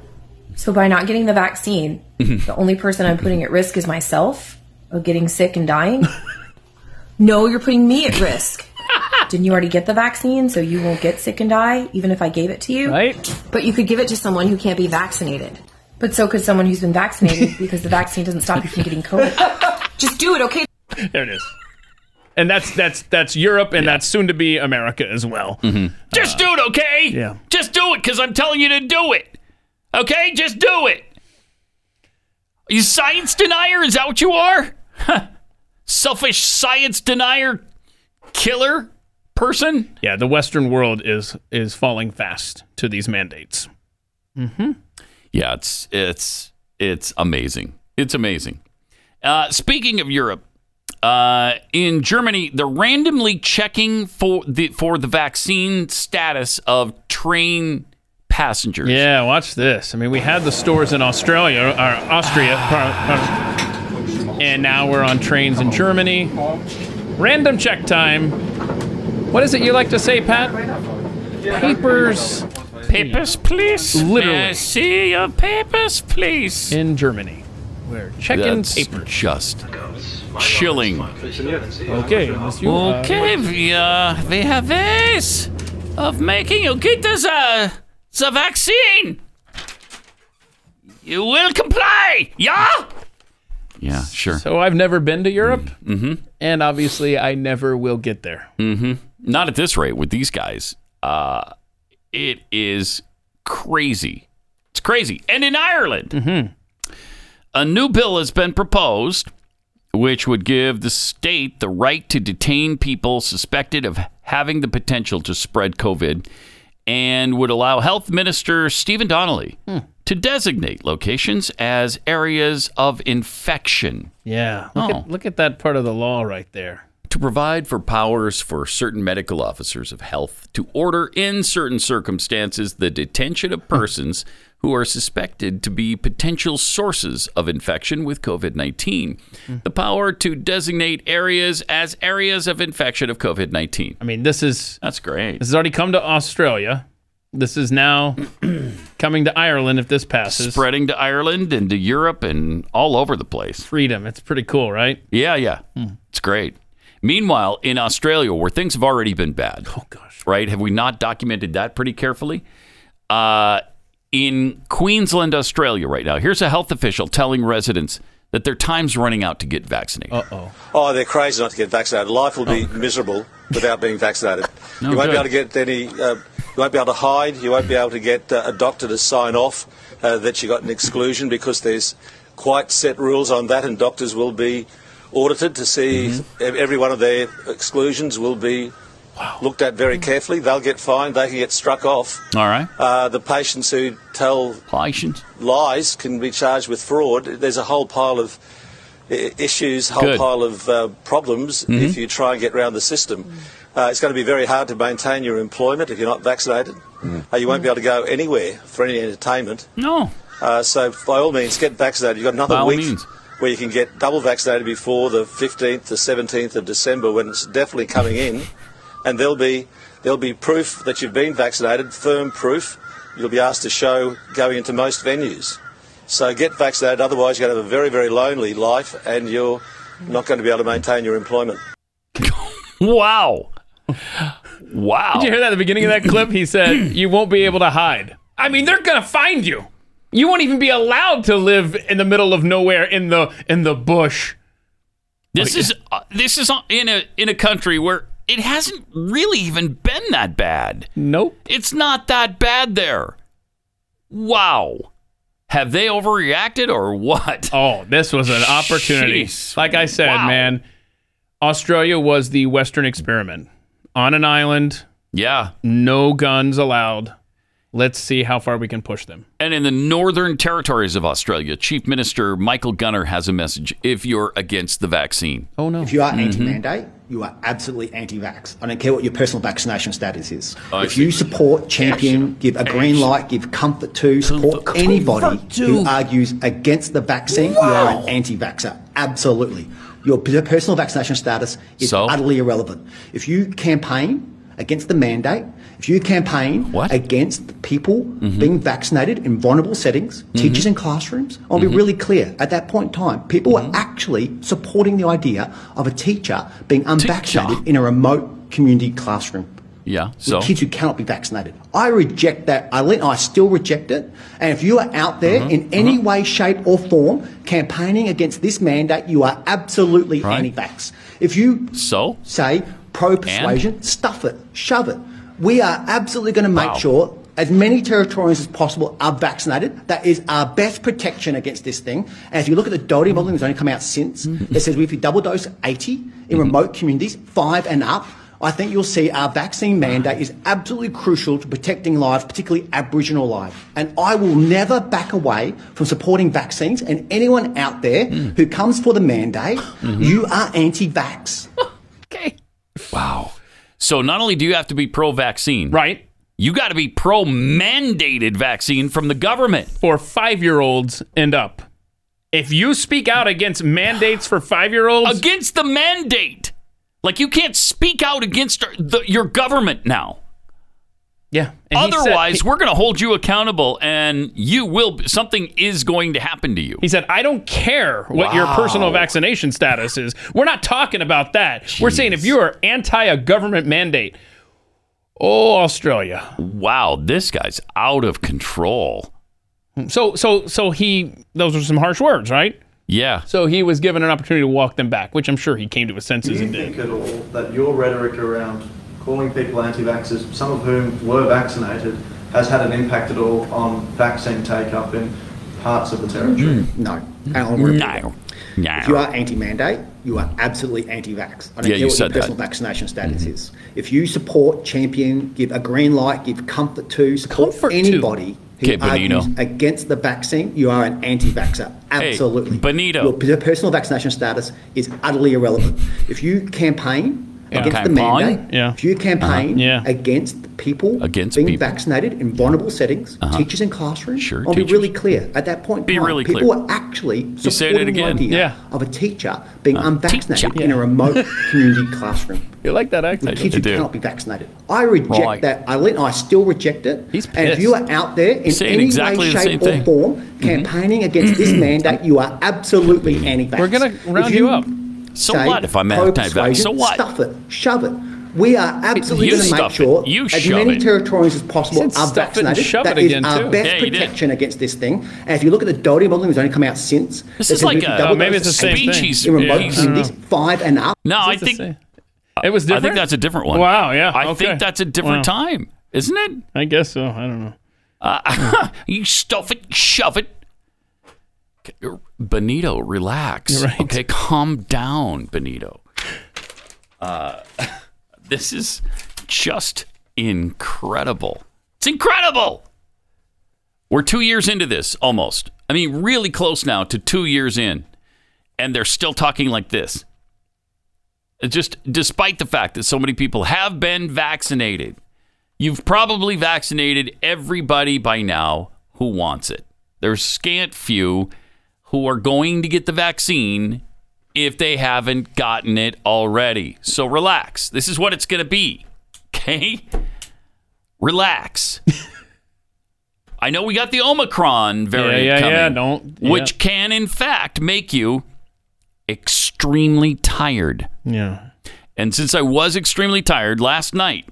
So by not getting the vaccine, the only person I'm putting at risk is myself of getting sick and dying. no, you're putting me at risk. Didn't you already get the vaccine, so you won't get sick and die, even if I gave it to you? Right. But you could give it to someone who can't be vaccinated. But so could someone who's been vaccinated because the vaccine doesn't stop you from getting COVID. Just do it, okay? There it is. And that's that's that's Europe and that's soon to be America as well. Just do it, okay? Mm-hmm. yeah. Just do it because I'm telling you to do it. Okay? Just do it. you science denier? Is that what you are? Huh. Selfish science denier killer person? Yeah, the Western world is is falling fast to these mandates. Mm-hmm. Yeah, it's it's it's amazing. It's amazing. Uh, speaking of Europe, uh, in Germany, they're randomly checking for the for the vaccine status of train passengers. Yeah, watch this. I mean, we had the stores in Australia or Austria, par- par- and now we're on trains in Germany. Random check time. What is it you like to say, Pat? Papers. Papers, please. Literally. May I see your papers, please. In Germany. We're checking That's papers. just chilling. Okay, Monsieur, uh, Okay, we, uh, we have ways of making you get uh, the, the vaccine. You will comply, yeah? Yeah, sure. So I've never been to Europe, Mm-hmm. and obviously I never will get there. hmm Not at this rate with these guys. Uh, it is crazy. It's crazy. And in Ireland, a new bill has been proposed which would give the state the right to detain people suspected of having the potential to spread COVID and would allow Health Minister Stephen Donnelly to designate locations as areas of infection. Yeah. Look, Oh. at, look at that part of the law right there. to provide for powers for certain medical officers of health to order in certain circumstances the detention of persons who are suspected to be potential sources of infection with COVID 19. The power to designate areas as areas of infection of COVID 19. I mean, this is that's great. This has already come to Australia. This is now coming to Ireland if this passes. Spreading to Ireland and to Europe and all over the place. Freedom. It's pretty cool, right? Hmm. Yeah, yeah. It's great. Meanwhile, in Australia, where things have already been bad, oh gosh, right? Have we not documented that pretty carefully? Uh, in Queensland, Australia, right now, here's a health official telling residents that their time's running out to get vaccinated. Uh oh. Oh, they're crazy not to get vaccinated. Life will be miserable without being vaccinated. No you won't be good. able to get any. Uh, you won't be able to hide. You won't be able to get uh, a doctor to sign off uh, that you got an exclusion because there's quite set rules on that, and doctors will be audited to see ev- every one of their exclusions will be looked at very carefully. They'll get fined. They can get struck off. All right. Uh, the patients who tell Patients. lies can be charged with fraud. There's a whole pile of i- issues, whole Good. pile of uh, problems Mhm. if you try and get round the system. Uh, it's going to be very hard to maintain your employment if you're not vaccinated. Mm-hmm. Uh, you won't be able to go anywhere for any entertainment. No. Uh, so by all means, get vaccinated. You've got another By all week means. where you can get double vaccinated before the 15th to 17th of December when it's definitely coming in, and there'll be there'll be proof that you've been vaccinated, firm proof. You'll be asked to show going into most venues. So get vaccinated. Otherwise, you're going to have a very very lonely life, and you're not going to be able to maintain your employment. Wow. Wow. Did you hear that at the beginning of that clip? He said, You won't be able to hide. I mean, they're gonna find you. You won't even be allowed to live in the middle of nowhere in the in the bush. This is uh, this is on- in a in a country where it hasn't really even been that bad. Nope. It's not that bad there. Wow. Have they overreacted or what? Oh, this was an opportunity. Jeez. Like I said, man, Australia was the Western experiment on an island. Yeah. No guns allowed. Let's see how far we can push them. And in the northern territories of Australia, Chief Minister Michael Gunner has a message if you're against the vaccine. Oh no. If you are Mhm. anti-mandate, you are absolutely anti-vax. I don't care what your personal vaccination status is. I if you support, champion, give a green light, give comfort to, support anybody who argues against the vaccine, you are an anti-vaxer. Absolutely. Your p- personal vaccination status is utterly irrelevant. If you campaign against the mandate, if you campaign against people being vaccinated in vulnerable settings, teachers in classrooms, I'll be really clear. At that point in time, people were actually supporting the idea of a teacher being unvaccinated in a remote community classroom. Yeah. with So kids who cannot be vaccinated. I reject that. I I still reject it. And if you are out there Mm-hmm. in any way, shape, or form campaigning against this mandate, you are absolutely anti-vax. If you so say pro-persuasion, stuff it, shove it. We are absolutely going to make sure As many Territorians as possible are vaccinated. That is our best protection against this thing. And if you look at the Doherty modelling that's only come out since, Mm-hmm. it says if you double dose 80 in remote communities, five and up, I think you'll see our vaccine mandate is absolutely crucial to protecting lives, particularly Aboriginal lives. And I will never back away from supporting vaccines. And anyone out there who comes for the mandate, you are anti-vax. Wow. So not only do you have to be pro vaccine, right? You got to be pro mandated vaccine from the government. Or five year olds end up. If you speak out against mandates for five year olds, against the mandate, like you can't speak out against the, your government now. Yeah. And he said- Otherwise, we're going to hold you accountable, and you will. Something is going to happen to you. He said, I don't care what your Wow. personal vaccination status is. We're not talking about that. We're saying if you are anti a government mandate, oh, Australia. Wow, this guy's out of control. So, so, so he, those were some harsh words, right? Yeah. So he was given an opportunity to walk them back, which I'm sure he came to his Do senses you and did. think at all that your rhetoric around calling people anti-vaxxers, some of whom were vaccinated, has had an impact at all on vaccine take-up in parts of the territory? Mm. No. And I wanna repeat that. No. If you are anti-mandate, you are absolutely anti-vax. I don't Yeah, care you what said that. your Mm-hmm. personal vaccination status is. If you support, champion, give a green light, give comfort to, support anybody who Okay, Benito. argues against the vaccine, you are an anti-vaxxer. Hey, Absolutely. Benito. Your p- personal vaccination status is utterly irrelevant. If you campaign Yeah. against the Campaign? mandate, Yeah. if you campaign Uh-huh. Yeah. against people being vaccinated in vulnerable settings, Uh-huh. teachers in classrooms, Sure, I'll be teachers. really clear. At that point, in Be time, really people clear. are actually You say that supporting the again. idea Yeah. of a teacher being unvaccinated in a remote community classroom. You like that accent? With kids I who do. cannot be vaccinated. I reject Right. that. I, let, I still reject it. and if pissed. you are out there in Saying any exactly way, the same shape, thing. Mm-hmm. or form campaigning against this mandate, you are absolutely anti-vax. We're gonna If round you up. So say what if I'm pro anti-vax? persuasion, So what? Stuff it. Shove it. We are absolutely You going to make stuff it. sure You as shove many it. territorians as He possible said are stuff it and vaccinated. shove That it is again, our too. best Yeah, he did. protection against this thing. And if you look at the Doherty modeling that's only come out since, This that is says like we can a- double oh, maybe it's dose the same speech thing. in remote Yeah. Mm. communities, five and up. No, I think it was I think different? that's a different one. Wow, yeah, I okay. think that's a different Wow. time, isn't it? I guess so. I don't know. Hmm. Uh, you stuff it, shove it. Benito, relax. Okay, calm down, Benito. Uh, this is just incredible. It's incredible. We're two years into this almost. I mean, really close now to two years in, and they're still talking like this. It's Just despite the fact that so many people have been vaccinated, you've probably vaccinated everybody by now who wants it. There's scant few who are going to get the vaccine if they haven't gotten it already. So relax. This is what it's going to be. Okay? Relax. I know we got the Omicron variant yeah, coming, yeah, don't- yeah. which can in fact make you extremely tired. Yeah. And since I was extremely tired last night,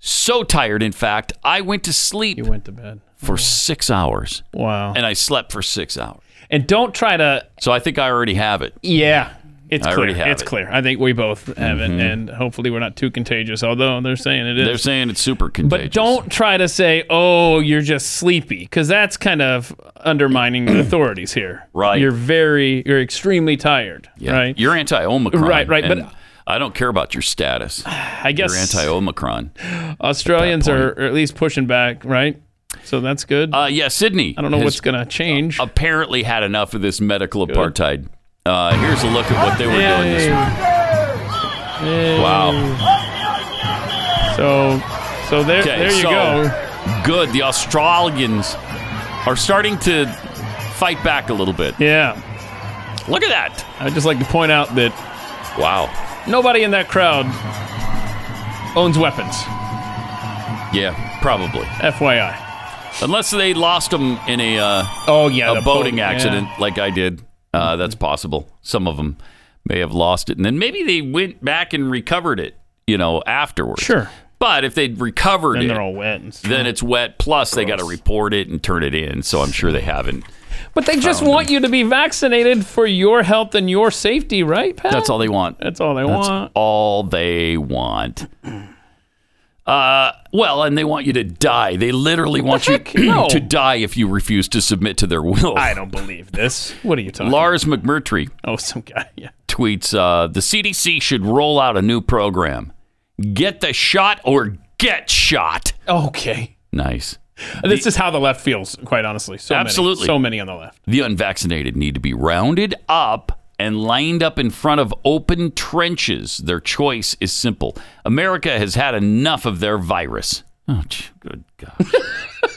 so tired in fact, I went to sleep. You went to bed for 6 hours. Wow. And I slept for 6 hours. And don't try to. So I think I already have it. Yeah. It's I clear. already have It's it. clear. I think we both have Mhm. it, and hopefully we're not too contagious. Although they're saying it is. They're saying it's super contagious. But don't try to say, "Oh, you're just sleepy," because that's kind of undermining the authorities here. Right. You're very, you're extremely tired. Yeah. You're anti Omicron. Right, right, but- I don't care about your status. I guess- You're anti Omicron. Australians are, are at least pushing back, right? So that's good. Uh, yeah, Sydney. I don't know has uh, what's gonna change. Apparently had enough of this medical apartheid. Uh, here's a look at what they were doing this week. Wow. So, so there, Okay, there you so, go. Good. The Australians are starting to fight back a little bit. Yeah. Look at that. I'd just like to point out that. Wow. Nobody in that crowd owns weapons. Yeah, probably. FYI. Unless they lost them in a uh, oh yeah Mm-hmm. a the boating boat, accident like I did. Uh, that's possible. Some of them may have lost it, and then maybe they went back and recovered it. You know, afterwards. Sure. But if they'd recovered Then it, they're all wet and stuff. then it's wet. Plus, they got to report it and turn it in. So I'm sure they haven't. But they just want you to be vaccinated for your health and your safety, right, Pat? That's all they want. That's all they That's want. all they want. Uh, well, and they want you to die. They literally want you No. to die if you refuse to submit to their will. I don't believe this. What are you talking? Lars McMurtry. Oh, some guy. Yeah. Tweets: uh, The CDC should roll out a new program: get the shot or get shot. Okay. Nice. This is how the left feels, quite honestly. So Absolutely. Many, so many on the left. The unvaccinated need to be rounded up and lined up in front of open trenches. Their choice is simple. America has had enough of their virus. Oh, gee, good gosh.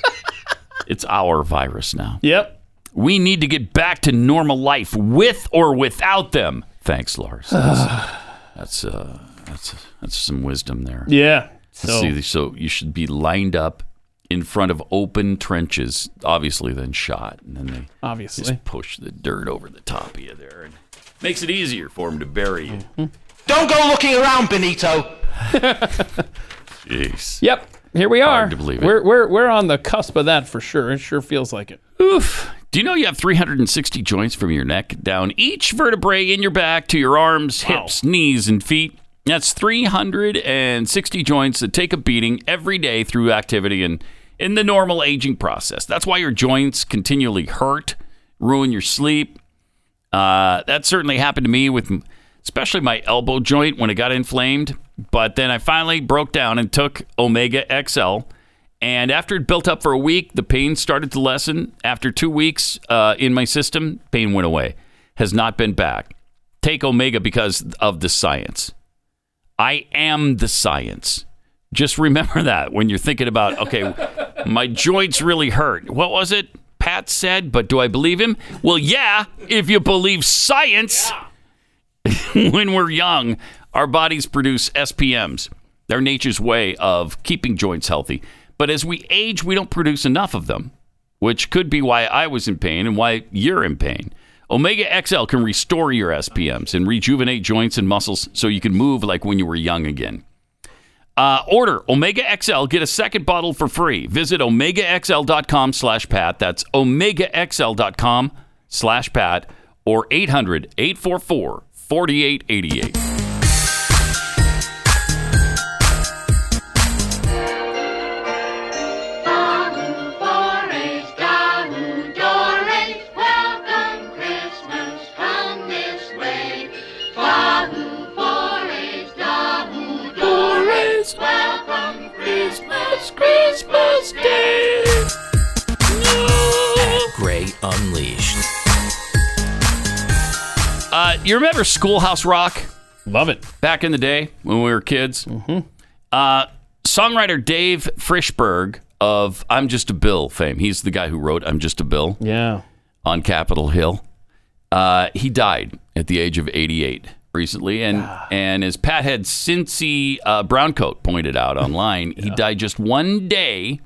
it's our virus now. Yep. We need to get back to normal life with or without them. Thanks, Lars. That's that's, uh, that's, that's some wisdom there. Yeah. So. So- See, so you should be lined up in front of open trenches, obviously, then shot, and then they Obviously. just push the dirt over the top of you there, and makes it easier for them to bury you. Don't go looking around, Benito. Jeez. Yep. Here we are. to believe it. We're we're we're on the cusp of that for sure. It sure feels like it. Oof. Do you know you have 360 joints from your neck down each vertebrae in your back to your arms, hips, knees, and feet? That's 360 joints that take a beating every day through activity and in the normal aging process. That's why your joints continually hurt, ruin your sleep. Uh, that certainly happened to me with m- especially my elbow joint when it got inflamed. But then I finally broke down and took Omega XL. And after it built up for a week, the pain started to lessen. After two weeks uh, in my system, pain went away. Has not been back. Take Omega because of the science. I am the science. Just remember that when you're thinking about, okay, my joints really hurt. What was it Pat said? But do I believe him? Well, yeah, if you believe science. when we're young, our bodies produce SPMs. They're nature's way of keeping joints healthy. But as we age, we don't produce enough of them, which could be why I was in pain and why you're in pain. Omega XL can restore your SPMs and rejuvenate joints and muscles so you can move like when you were young again. Uh, order Omega XL. Get a second bottle for free. Visit omegaxl.com slash Pat. That's omegaxl.com slash Pat or 800 844 4888. Welcome Christmas, Christmas Day. Gray Unleashed. Uh, you remember Schoolhouse Rock? Love it. Back in the day when we were kids. Mm-hmm. Uh, songwriter Dave Frischberg of I'm Just a Bill fame. He's the guy who wrote I'm Just a Bill. Yeah. On Capitol Hill. Uh, he died at the age of 88 recently. And, Ah. and as Pat had Cincy uh, Browncoat pointed out online, he died just one day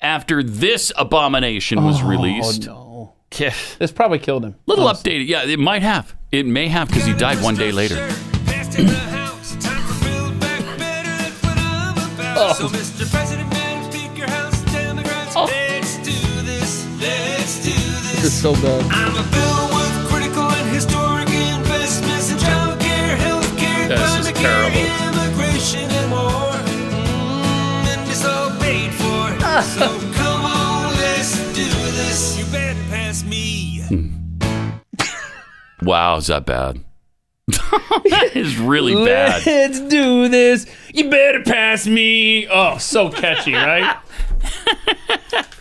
after this abomination was released. Oh no. This probably killed him. Little updated. Yeah, it might have. It may have because he died one day later. So, Mr. President, Madam Speaker, House of Democrats, Oh. let's do this. Let's do this. This is so bad. I'm a bill with critical and historic investments in child care, health care, This is climate care, terrible. immigration, and more. Mm, and it's all paid for. Ah. so come on, let's do this. You better pass me. Wow, is that bad? that is really bad. Let's do this. You better pass me. Oh, so catchy, right?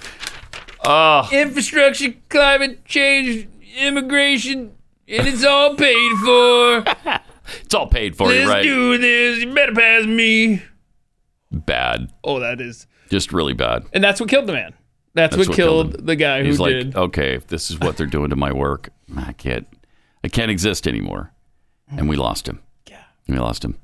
Oh, Infrastructure, climate change, immigration, and it's all paid for. it's all paid for, you Let's right? do this. You better pass me. Bad. Oh, that is. Just really bad. And that's what killed the man. That's, what, killed, him. the guy who He's like, did. okay, if this is what they're doing to my work, I can't, I can't exist anymore. And we lost him. Yeah. We lost him.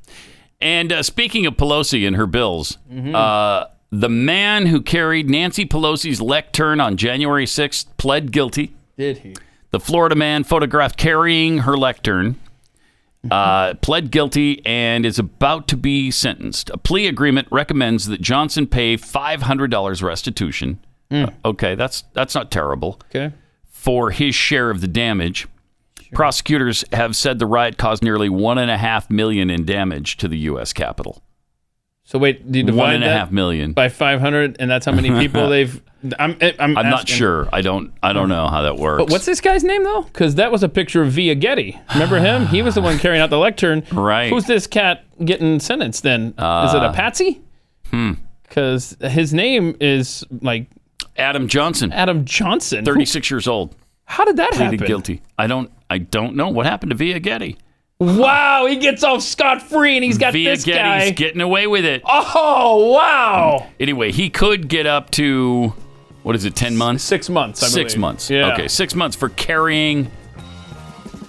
And uh, speaking of Pelosi and her bills, Mm-hmm. uh, the man who carried Nancy Pelosi's lectern on January 6th pled guilty. Did he? The Florida man photographed carrying her lectern uh, pled guilty and is about to be sentenced. A plea agreement recommends that Johnson pay $500 restitution. Uh, okay, that's that's not terrible. Okay. For his share of the damage. Prosecutors have said the riot caused nearly one and a half million in damage to the U.S. Capitol. So wait, do you divide One and a that half million. by 500, and that's how many people they've. I'm I'm, I'm not asking. sure. I don't. I don't know how that works. But what's this guy's name though? Because that was a picture of Villa Getty. Remember him? He was the one carrying out the lectern. Right. Who's this cat getting sentenced? Then is it a Uh, patsy? Hmm. Because his name is like Adam Johnson. Adam Johnson. Who- 36 years old. How did that Pleaded happen? guilty. I don't. I don't know what happened to Via Getty. Wow, he gets off scot free, and he's got Via this Getty's guy. getting away with it. Oh wow! Anyway, he could get up to what is it? Ten months? Six months. I six believe. months. Yeah. Okay, six months for carrying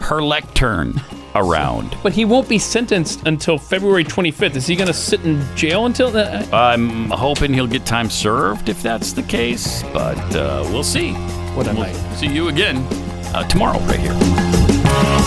her lectern around. But he won't be sentenced until February 25th. Is he going to sit in jail until uh, then? I'm hoping he'll get time served if that's the case, but uh, we'll see. What a we'll night. See you again uh, tomorrow, right here.